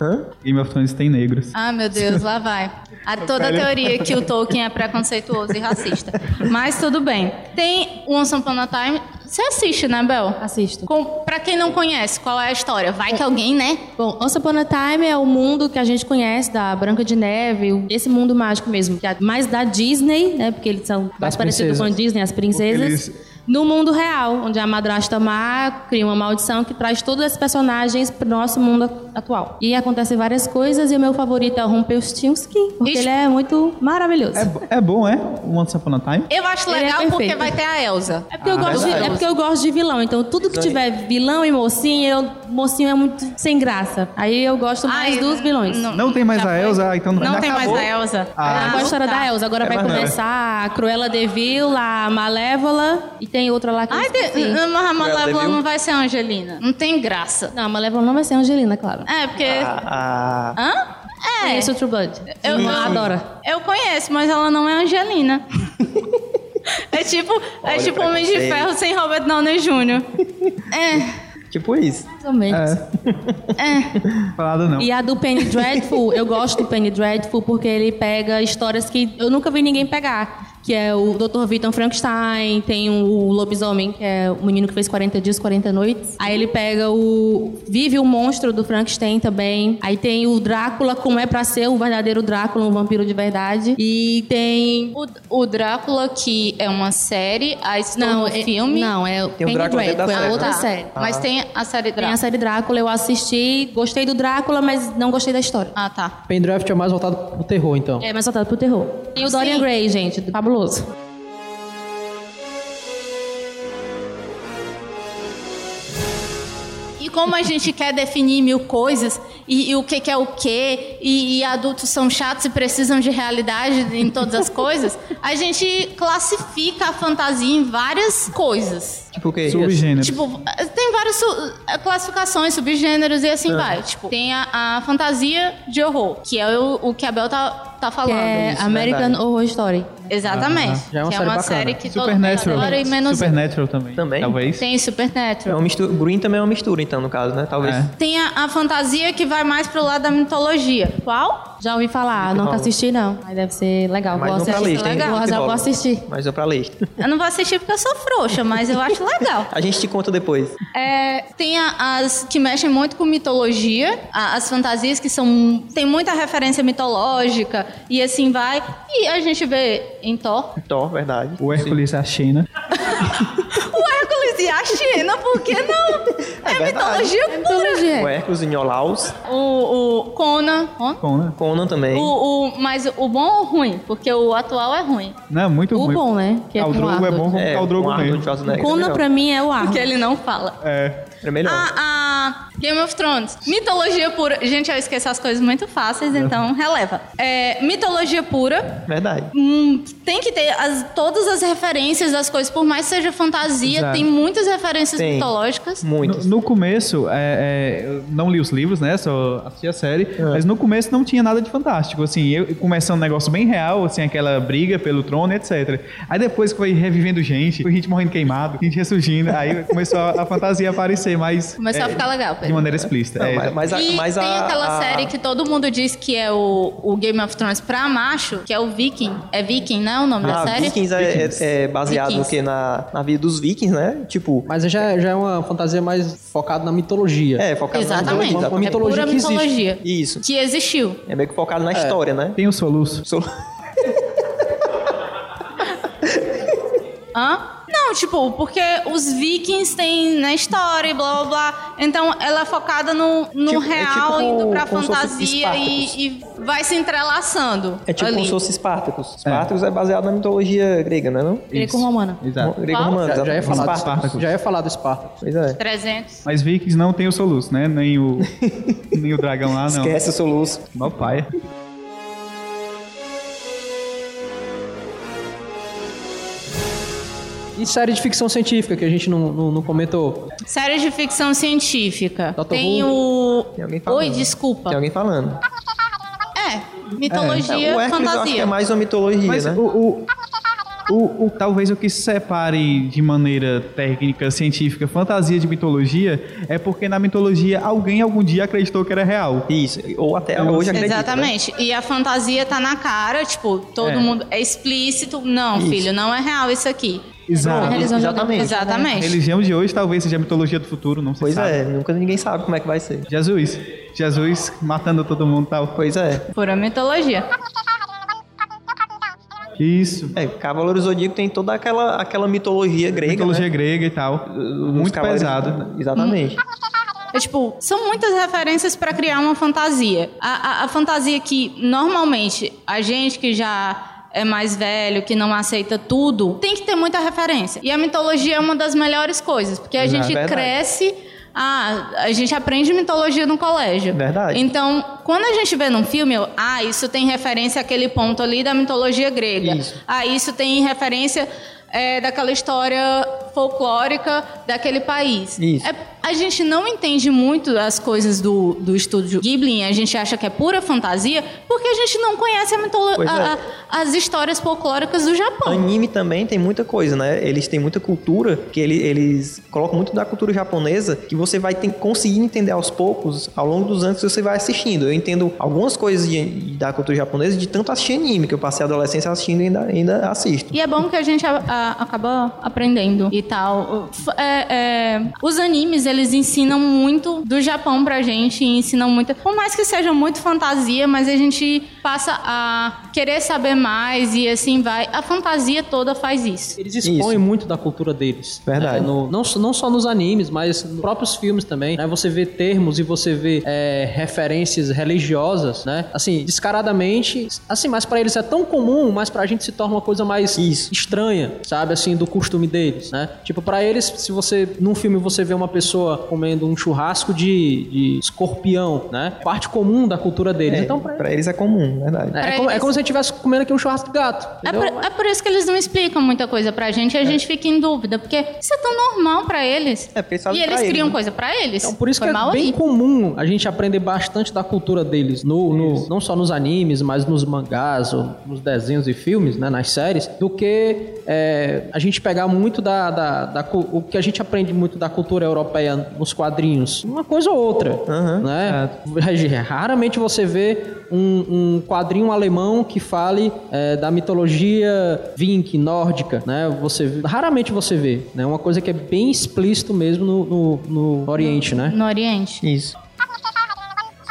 D: Game of Thrones tem negros.
B: Ah, meu Deus, lá vai. Há toda a teoria que o Tolkien é preconceituoso e racista. Mas tudo bem. Tem Once Upon a Time. Você assiste, né, Bel?
E: Assisto.
B: Com, pra quem não conhece, qual é a história? Vai que alguém, né?
E: Bom, Once Upon a Time é o mundo que a gente conhece da Branca de Neve, o- esse mundo mágico mesmo, que é mais da Disney, né? Porque eles são mais parecidos com a
F: princesas.
E: Disney, as princesas.
D: Eles-
E: No mundo real, onde a madrasta má cria uma maldição que traz todos esses personagens pro nosso mundo atual. E acontecem várias coisas, e o meu favorito é o Rumpelstiltskin, porque
B: Ixi.
E: ele é muito maravilhoso.
D: É, bo- é bom, é? Once Upon a Time?
B: Eu acho
E: Ele é
B: legal porque
E: perfeito.
B: vai ter a Elsa.
E: É porque,
D: Ah,
E: eu gosto de, é porque eu gosto de vilão, então tudo que tiver vilão e mocinho, eu, mocinho é muito sem graça. Aí eu gosto mais
B: Ai,
E: dos vilões.
D: Não tem mais
B: já
D: a
B: foi.
D: Elsa, ah, então não-
B: Não tem mais
D: acabou.
B: a Elsa.
E: Ah, a história
B: tá.
E: da Elsa. Agora vai
I: mas não,
E: começar a Cruella de Vil, a Malévola e tem outra lá que eu
B: Ai, de,
E: esqueci.
B: não, mas a Malévola
I: Devil?
B: não vai ser a Angelina. Não tem graça.
E: Não, a Malévola não vai ser a Angelina, claro.
B: É, porque.
I: A, a-
B: Hã? É.
E: Ah. Conheço o True Blood.
B: Eu-
E: Ela
B: eu-
E: adora.
B: Eu conheço, mas ela não é Angelina. é tipo, é
I: Olha
B: tipo
I: o
B: Homem de
I: preconceito.
B: Ferro sem Robert Downey Jr. É,
I: tipo isso.
E: Também.
D: Falado não.
E: E a do Penny Dreadful, eu gosto do Penny Dreadful porque ele pega histórias que eu nunca vi ninguém pegar. Que é o Dr. Vitor Frankenstein, tem o Lobisomem, que é o menino que fez 40 dias, 40 noites. Aí ele pega o. Vive o monstro do Frankenstein também. Aí tem o Drácula, como é pra ser o verdadeiro Drácula, um vampiro de verdade. E tem.
B: o, o Drácula, que é uma série, a história
E: Não,
B: do
E: é,
B: filme.
E: Não, é o
I: o
E: Penny
I: Drácula dentro da
E: Dreadful,
I: série,
E: é a outra
I: né?
E: série.
B: Mas Tá. tem a série
E: Tem a
B: Drácula.
E: série Drácula, eu assisti, gostei do Drácula, mas não gostei da história.
B: Ah, tá.
F: Pendraft é mais voltado pro terror, então.
E: É mais voltado pro terror. Tem o Dorian
B: Sim.
E: Gray, gente, do fabuloso.
B: E como a gente quer definir mil coisas, e, e o que, que é o que, e, e adultos são chatos e precisam de realidade em todas as coisas, a gente classifica a fantasia em várias coisas.
I: Tipo o quê?
D: Subgênero.
B: Tipo, tem várias su- eh, classificações, subgêneros e
F: Tá.
B: assim vai. Tipo, tem a, a fantasia de horror, que é o, o que a Bel tá, tá
E: Que
B: falando.
E: é American
I: verdade.
E: Horror Story.
B: Exatamente.
F: Já é uma
B: que é uma
F: série bacana.
B: série que todo mundo
D: Supernatural.
B: adora e menos
D: Supernatural também.
I: Também?
D: Talvez.
B: tem
I: É
B: Supernatural.
I: uma mistura, Green também é uma mistura, então, no caso, né? Talvez.
D: É.
B: Tem a, a fantasia que vai mais pro lado da mitologia. Qual?
E: Já ouvi falar,
I: Muito
E: nunca
I: bom.
E: assisti Ah, não. Mas deve ser legal.
I: Mas
E: vou
I: não pra
E: assistir.
I: lista, hein?
E: Vou arrasar, vou assistir.
I: Mas é pra lista.
B: Eu não vou assistir porque eu sou frouxa, mas eu acho legal.
I: A gente te conta depois.
B: É, tem a- as que mexem muito com mitologia, a- as fantasias que são tem muita referência mitológica e assim vai. E a gente vê em Thor
I: Thor, verdade.
D: O Hércules da China.
B: o Hércules e a China, por que não?
I: É
B: É,
I: verdade.
B: mitologia pura.
E: Mitologia.
I: O Hércules em Olaus.
B: O, o Conan, Conan?
D: Bom, né?
I: Conan também.
B: O, o- mas o bom ou ruim? Porque o atual é ruim.
D: Não, muito
E: O
D: ruim.
E: bom, né? Que é
D: Ah, o
E: com
D: Drogo é
E: Arnold.
D: bom como
I: É,
D: tá o Drogo
I: com Arnold
D: mesmo.
I: Schwarzenegger.
E: Conan
I: é melhor.
E: pra mim é o
B: Porque
E: Arnold.
B: ele não fala.
D: É.
I: É melhor.
B: A, a Ah, Game of Thrones. Mitologia pura. Gente, eu esqueço as coisas muito fáceis, então releva. É, mitologia pura.
I: é Verdade.
B: Hum, tem que ter as- todas as referências das coisas, por mais que seja fantasia,
D: Exato.
B: tem muitas referências
I: Tem.
B: mitológicas.
D: No,
I: Muitos.
D: no começo, é, é, eu não li os livros, né? Só assisti a série.
I: É.
D: Mas no começo não tinha nada de fantástico. Assim, eu começando um negócio bem real, assim, aquela briga pelo trono, etc. Aí depois foi revivendo gente, foi gente morrendo queimado, gente ressurgindo. Aí começou a, a fantasia a aparecer mais.
B: Começou a ficar legal,
D: De
B: Pedro.
D: maneira explícita.
I: Não,
D: é,
I: É. mas, mas a,
B: e
I: mas
B: tem
I: a-
B: aquela
I: a-
B: série que todo mundo diz que é o, o Game of Thrones pra macho, que é o Viking. É Viking, né? O nome
I: Ah,
B: da série?
I: Vikings é, é- é baseado
B: Vikings.
I: no quê? Na, na vida dos vikings, né? Tipo,
F: Mas já, já é uma fantasia mais focada na mitologia.
I: é focado
B: Exatamente.
I: na
F: Uma
B: é
F: mitologia
B: pura
F: que existe.
B: mitologia.
I: Isso.
B: Que existiu.
I: É meio que focado na história, né?
D: Tem o soluço.
I: Sou-
B: Hã? Não, tipo, porque os vikings têm na história e blá blá blá. Então ela é focada no, no
C: Tipo- é
B: real,
C: tipo
B: indo pra
C: como se fosse
B: fantasia e, e vai se entrelaçando.
C: É tipo
B: ali.
C: como se fosse Espartacus. Espartacus é. baseado na mitologia grega,
I: né,
C: não é não?
E: Greco-romana.
D: Exato.
C: Greco-romana.
F: Já, já ia falar do
C: Espartacus.
F: Espartacus. Já ia falar do Espartacus.
C: Pois é.
B: 300.
D: Mas Vikings não tem o soluço, né? Nem o, nem o dragão lá, Ah, não.
C: Esquece o soluço.
D: Mó paia.
F: E série de ficção científica que a gente não, não, não comentou.
B: Série de ficção científica.
F: Doctor
B: Tem
F: Who.
B: o.
C: Tem alguém falando.
B: Oi, desculpa.
C: Tem alguém falando.
B: É,
C: É,
B: mitologia,
C: o Hércules eu acho que
B: fantasia.
C: é mais uma mitologia,
D: Mas
C: né?
D: o, o, o, o- talvez o que separe de maneira técnica, científica, fantasia de mitologia é porque na mitologia alguém algum dia acreditou que era real.
C: Isso. Ou até
D: Então,
C: hoje né? acredito.
B: Exatamente. E a fantasia tá na cara, tipo, todo
D: É.
B: mundo é explícito. Não, filho, não é real isso aqui.
C: Ah,
D: Exato.
E: Realizando-
C: Exatamente.
D: A
B: Exatamente.
D: religião de hoje talvez seja a mitologia do futuro, não sei
C: Pois
D: sabe.
C: é, nunca ninguém sabe como é que vai ser.
D: Jesus. Jesus matando todo mundo e tal.
C: Pois é.
B: Pura mitologia.
D: Isso.
C: É, Cavaleiro Zodíaco tem toda aquela, aquela mitologia grega.
D: mitologia
C: né?
D: grega e tal. Muito
C: Cavaleiros-
D: pesado.
C: Exatamente.
B: É, tipo, são muitas referências para criar uma fantasia. A, a- a fantasia que, normalmente, a gente que já é mais velho, que não aceita tudo, tem que ter muita referência. E a mitologia é uma das melhores coisas, porque a
C: Exato.
B: gente
C: é Verdade.
B: cresce. Ah, a gente aprende mitologia no colégio.
C: Verdade.
B: Então, quando a gente vê num filme, eu, ah, isso tem referência àquele ponto ali da mitologia grega.
C: Isso.
B: Ah, isso tem referência é, daquela história folclórica daquele país.
C: Isso.
B: É, a gente não entende muito as coisas do, do estúdio Ghibli, a gente acha que é pura fantasia, porque a gente não conhece a mitolo-
C: Pois é.
B: a- a- as histórias folclóricas do Japão.
C: Anime também tem muita coisa, né? Eles têm muita cultura, que ele- eles colocam muito da cultura japonesa, que você vai ter, conseguir entender aos poucos, ao longo dos anos que você vai assistindo. Eu entendo algumas coisas de- da cultura japonesa de tanto assistir anime, que eu passei a adolescência assistindo e ainda, ainda assisto.
B: E é bom que a gente a- a- acaba aprendendo e tal. F- é, é, os animes, eles ensinam muito do Japão pra gente, e ensinam muito. Por mais que seja muito fantasia, mas a gente passa a querer saber mais e assim vai. A fantasia toda faz isso.
F: Eles expõem
C: Isso.
F: muito da cultura deles.
C: Verdade.
F: né? No- não, só- não só nos animes, mas nos próprios filmes também. Né? Você vê termos e você vê é, referências religiosas, né? Assim, descaradamente. Assim, mas pra eles é tão comum, mas pra gente se torna uma coisa mais
C: Isso.
F: estranha, sabe? Assim, do costume deles, né? Tipo, pra eles, se você... Num filme você vê uma pessoa comendo um churrasco de, de escorpião, né? Parte comum da cultura deles.
C: É,
F: então, pra eles...
C: pra eles é comum, verdade.
F: É,
B: pra
F: como, é
B: eles-
F: como se a gente estivesse comendo aqui um churrasco de gato.
B: É
F: entendeu?
B: por, é por isso que eles não explicam muita coisa pra gente e a gente fica em dúvida, porque isso é tão normal pra eles.
C: É, porque eles fazem
B: e eles
C: pra eles,
B: criam
C: né?
B: coisa pra eles.
F: Então, por isso
B: Foi
F: que é
B: mal
F: bem
B: aí.
F: comum a gente aprender bastante da cultura deles, no, no- não só nos animes, mas nos mangás, ou nos desenhos e filmes, né, nas séries, do que é, a gente pegar muito da, da- da cu- o que a gente aprende muito da cultura europeia nos quadrinhos, uma coisa ou outra,
C: Aham,
F: né? Raramente você vê um, um quadrinho alemão que fale é, da mitologia vink, nórdica, né? Você raramente você vê, né? Uma coisa que é bem explícito mesmo no, no- no Oriente, né?
B: No Oriente.
C: Isso.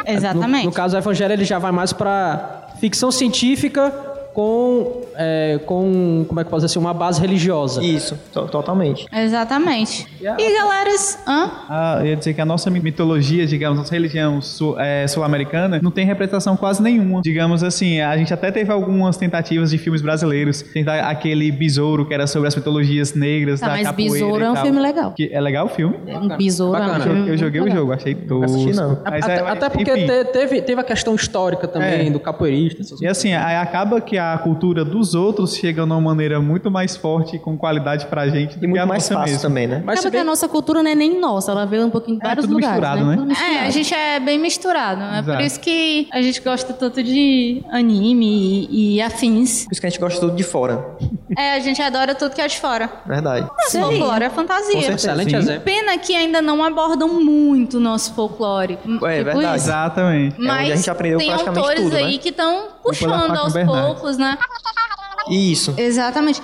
B: Exatamente.
F: No, no caso, o Evangelho ele já vai mais pra ficção científica com, é, com como é que pode ser, uma base religiosa.
C: Isso, to- totalmente.
B: Exatamente. E galeras, hã?
D: Ah, eu ia dizer que a nossa mitologia, digamos, nossa religião sul- eh, sul-americana, não tem representação quase nenhuma. Digamos assim, a gente até teve algumas tentativas de filmes brasileiros. Tem da- aquele Besouro, que era sobre as mitologias negras
E: Tá,
D: da
E: mas
D: capoeira
E: Besouro
D: e
E: é um
D: tal.
E: filme legal.
D: Que é legal o filme.
E: Um besouro.
F: Bacana.
E: é um
D: Eu,
E: filme
D: eu
E: muito
D: joguei o
E: legal.
D: jogo, achei tosco.
C: assisti, não.
D: Mas
F: até,
D: é-
F: até porque
D: enfim.
F: te- teve, teve a questão histórica também
D: É.
F: do capoeirista. essas
D: E assim, aí acaba que a cultura dos outros chega de uma maneira muito mais forte e com qualidade pra gente
C: E
D: do que a
C: muito mais
D: nossa
C: fácil
D: mesmo.
C: também, né?
F: Mas se
E: Acaba que
F: bem-
E: a nossa cultura não é nem nossa, ela veio um pouquinho de
D: É,
E: vários
D: tudo
E: lugares.
D: misturado, né?
E: Tudo
B: É, a gente é bem misturado. É por
D: Exato.
B: isso que a gente gosta tanto de anime e, e afins.
C: Por isso que a gente gosta tudo de fora.
B: É, a gente adora tudo que é de fora.
C: Verdade.
B: Mas folclore é fantasia.
C: Com certeza.
F: um Excelente
D: Sim.
F: exemplo.
B: Pena que ainda não abordam muito o nosso folclore.
C: É,
B: Tipo
C: verdade. É
B: isso.
D: Exatamente.
C: onde a
B: Mas
C: gente aprendeu
B: tem
C: praticamente
B: autores
C: tudo, né?
B: aí que estão
D: da
B: puxando
D: faca
B: aos
D: Bernardes.
B: poucos, né?
C: Isso.
B: Exatamente.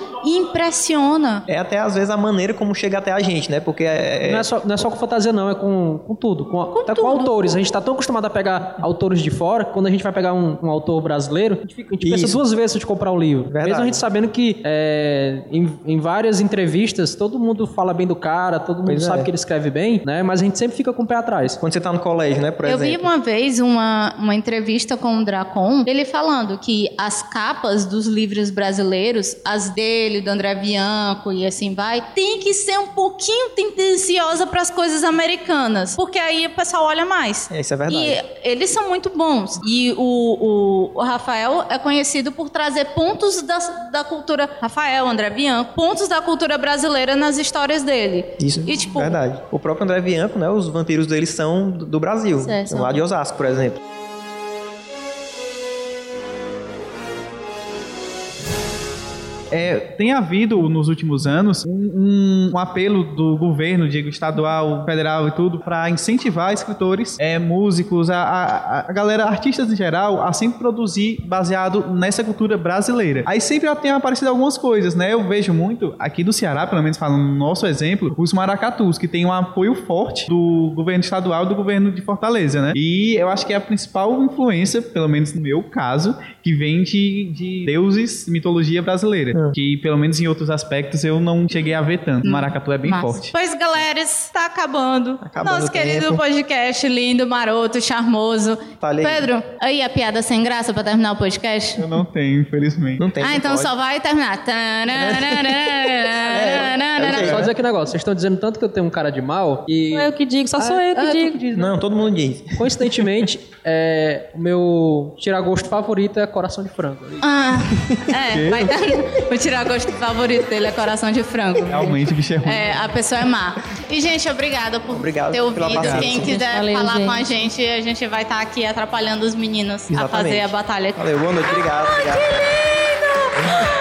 B: Impressiona.
C: É até às vezes a maneira como chega até a gente, né? Porque é,
F: Não é, só, não é só com fantasia, não, é com, com tudo. Com, até com autores. A gente tá tão acostumado a pegar autores de fora, que quando a gente vai pegar um, um autor brasileiro, a gente, fica- a gente pensa
C: Isso.
F: duas vezes antes de comprar o livro.
C: Verdade.
F: Mesmo a gente sabendo que é, em, em várias entrevistas, todo mundo fala bem do cara, todo mundo
C: Pois é.
F: sabe que ele escreve bem, né? Mas a gente sempre fica com o pé atrás.
C: quando você tá no colégio, né? Por
B: eu vi
C: exemplo.
B: uma vez uma, uma entrevista com o Dracon, ele falando que as capas dos livros brasileiros, as dele, do André Bianco e assim vai, tem que ser um pouquinho tendenciosa para as coisas americanas, porque aí o pessoal olha mais.
C: É, isso é verdade.
B: E eles são muito bons. E o, o- o Rafael é conhecido por trazer pontos da, da cultura. Rafael, André Bianco, pontos da cultura brasileira nas histórias dele.
C: Isso,
B: E, tipo,
C: verdade. O próprio André Bianco, né? Os vampiros deles são do, do Brasil.
B: É,
C: são
B: são.
C: lá de Osasco, por exemplo.
D: É, tem havido nos últimos anos um, um apelo do governo, digo, estadual, federal e tudo, para incentivar escritores, é, músicos, a, a, a galera, artistas em geral, a sempre produzir baseado nessa cultura brasileira. Aí sempre já tem aparecido algumas coisas, né? Eu vejo muito, aqui do Ceará, pelo menos falando no nosso exemplo, os maracatus, que tem um apoio forte do governo estadual e do governo de Fortaleza, né? E eu acho que é a principal influência, pelo menos no meu caso, que vem de, de deuses e mitologia brasileira. Que, pelo menos em outros aspectos, eu não cheguei a ver tanto.
C: Hum.
D: O maracatu é bem
B: Massa.
D: forte.
B: Pois, galera, está acabando.
C: Acabando o
B: Nosso querido
C: tempo.
B: podcast lindo, maroto, charmoso.
C: Tá ali.
B: Pedro, aí a piada sem graça pra terminar o podcast?
D: Eu não tenho, infelizmente.
C: Não tem.
B: ah,
C: não
B: então
C: pode.
B: só vai terminar.
F: Só dizer que negócio, vocês estão dizendo tanto que eu tenho um cara de mal e.
C: é
E: Sou eu que digo, só sou eu que digo.
C: Não, todo mundo diz.
F: Coincidentemente, é, o meu tiragosto favorito é Coração de Frango.
B: Ah, é, vai terminar. Vou tirar o gosto favorito dele, é coração de frango.
D: Realmente, o bicho é ruim.
B: É, a pessoa é má. E, gente, obrigada por
C: Obrigado
B: ter
C: pela
B: ouvido.
C: paciência.
B: Quem quiser
E: Valeu,
B: falar com a
E: gente.
B: gente, a gente vai estar aqui atrapalhando os meninos a
C: Exatamente.
B: fazer a batalha.
C: Valeu, boa noite, obrigado. obrigado.
B: Que lindo!